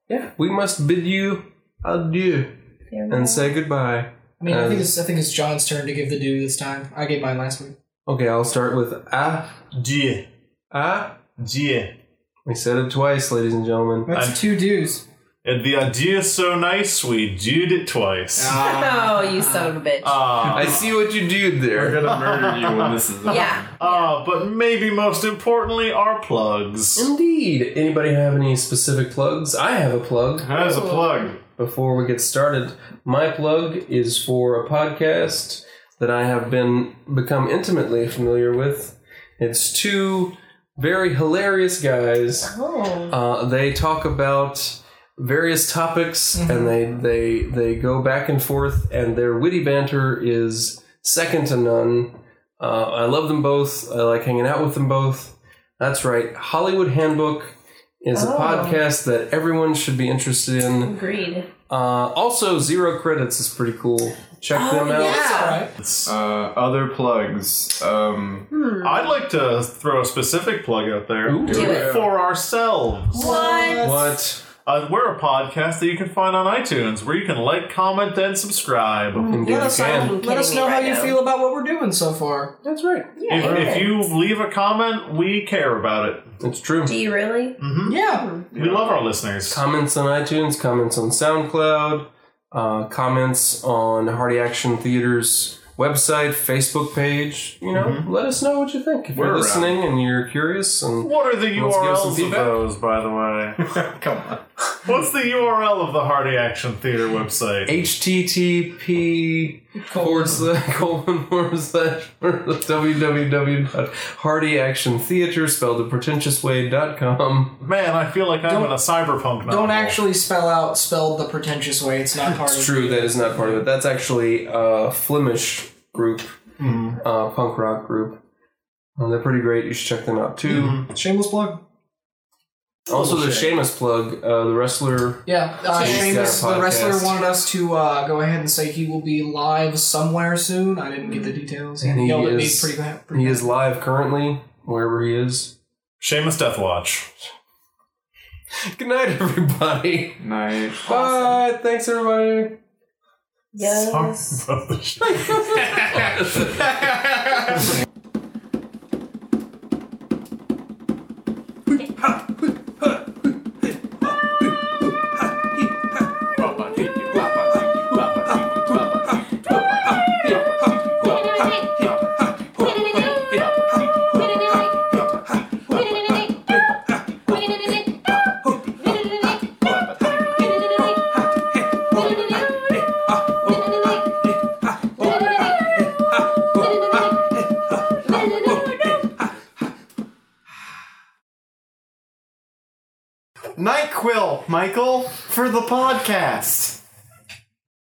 Speaker 1: yeah, we must bid you adieu and say goodbye.
Speaker 3: I mean, I
Speaker 1: Um,
Speaker 3: think it's I think it's John's turn to give the do this time. I gave mine last week.
Speaker 1: Okay, I'll start with ah,
Speaker 2: Yeah.
Speaker 1: ah.
Speaker 2: Yeah.
Speaker 1: We said it twice, ladies and gentlemen.
Speaker 3: That's
Speaker 2: I'm-
Speaker 3: two do's.
Speaker 2: And the idea's so nice we did it twice.
Speaker 4: Oh, you son of a bitch.
Speaker 2: Ah.
Speaker 1: I see what you did
Speaker 7: We're
Speaker 1: there.
Speaker 7: gonna murder you when this is
Speaker 4: yeah.
Speaker 2: Ah, but maybe most importantly, our plugs.
Speaker 1: Indeed. Anybody have any specific plugs? I have a plug.
Speaker 7: That is a plug.
Speaker 1: Before we get started, my plug is for a podcast that I have been become intimately familiar with. It's two very hilarious guys
Speaker 4: Oh.
Speaker 1: Uh, they talk about various topics
Speaker 4: Mm-hmm.
Speaker 1: and they, they they go back and forth and their witty banter is second to none. Uh, I love them both. I like hanging out with them both. That's right. Hollywood Handbook is a
Speaker 4: Oh.
Speaker 1: podcast that everyone should be interested in.
Speaker 4: Agreed.
Speaker 1: Uh, also, Zero Credits is pretty cool. Check
Speaker 4: Oh,
Speaker 1: them out.
Speaker 7: Uh, other plugs. Um,
Speaker 2: I'd like to throw a specific plug out there
Speaker 7: Do it.
Speaker 2: for ourselves.
Speaker 4: What?
Speaker 1: What?
Speaker 2: Uh, we're a podcast that you can find on iTunes, where you can like, comment, and subscribe.
Speaker 10: Hmm.
Speaker 1: Indeed
Speaker 3: Let
Speaker 1: you
Speaker 3: us,
Speaker 1: can.
Speaker 3: let us
Speaker 4: kidding
Speaker 3: know
Speaker 4: me
Speaker 3: how
Speaker 4: right
Speaker 3: you
Speaker 4: now.
Speaker 3: feel about what we're doing so far.
Speaker 1: That's right.
Speaker 2: If, if you leave a comment, we care about it.
Speaker 1: That's true.
Speaker 4: Do you really?
Speaker 1: Mm-hmm.
Speaker 3: Yeah.
Speaker 2: We love our listeners.
Speaker 1: Comments on iTunes, comments on SoundCloud, uh, comments on Hardy Action Theater's website, Facebook page. You know,
Speaker 3: Mm-hmm.
Speaker 1: let us know what you think. If
Speaker 2: Mm-hmm. We're
Speaker 1: you're
Speaker 2: around.
Speaker 1: listening and you're curious and
Speaker 2: What are the
Speaker 1: Let's give some
Speaker 2: URLs of
Speaker 1: feedback.
Speaker 2: those, by the way?
Speaker 7: Come on.
Speaker 2: What's the URL of the Hardy Action Theater website?
Speaker 1: HTTP forward slash colon forward slash www.hardyactiontheater spelled the pretentious way dot com.
Speaker 2: Man, I feel like I'm in a cyberpunk novel.
Speaker 3: Don't actually spell out spelled the pretentious way. It's not part
Speaker 1: It's
Speaker 3: of
Speaker 1: true, that is not part of it. That's actually a Flemish group,
Speaker 3: Mm-hmm.
Speaker 1: uh, punk rock group. Uh, they're pretty great. You should check them out too.
Speaker 3: Mm-hmm. Shameless plug.
Speaker 1: Also, the Seamus plug, uh, the wrestler.
Speaker 3: Yeah. Uh,
Speaker 1: He's got a
Speaker 3: Seamus, the wrestler,
Speaker 1: podcast.
Speaker 3: wanted us to uh, go ahead and say he will be live somewhere soon. I didn't get the details. He
Speaker 1: And he
Speaker 3: yelled at me
Speaker 1: is-
Speaker 3: pretty bad.
Speaker 1: He is live currently, wherever he is.
Speaker 2: Seamus Deathwatch.
Speaker 1: Good night, everybody.
Speaker 7: Night.
Speaker 1: Bye. Thanks, everybody.
Speaker 4: Yes.
Speaker 7: Night Quill, Michael, for the podcast.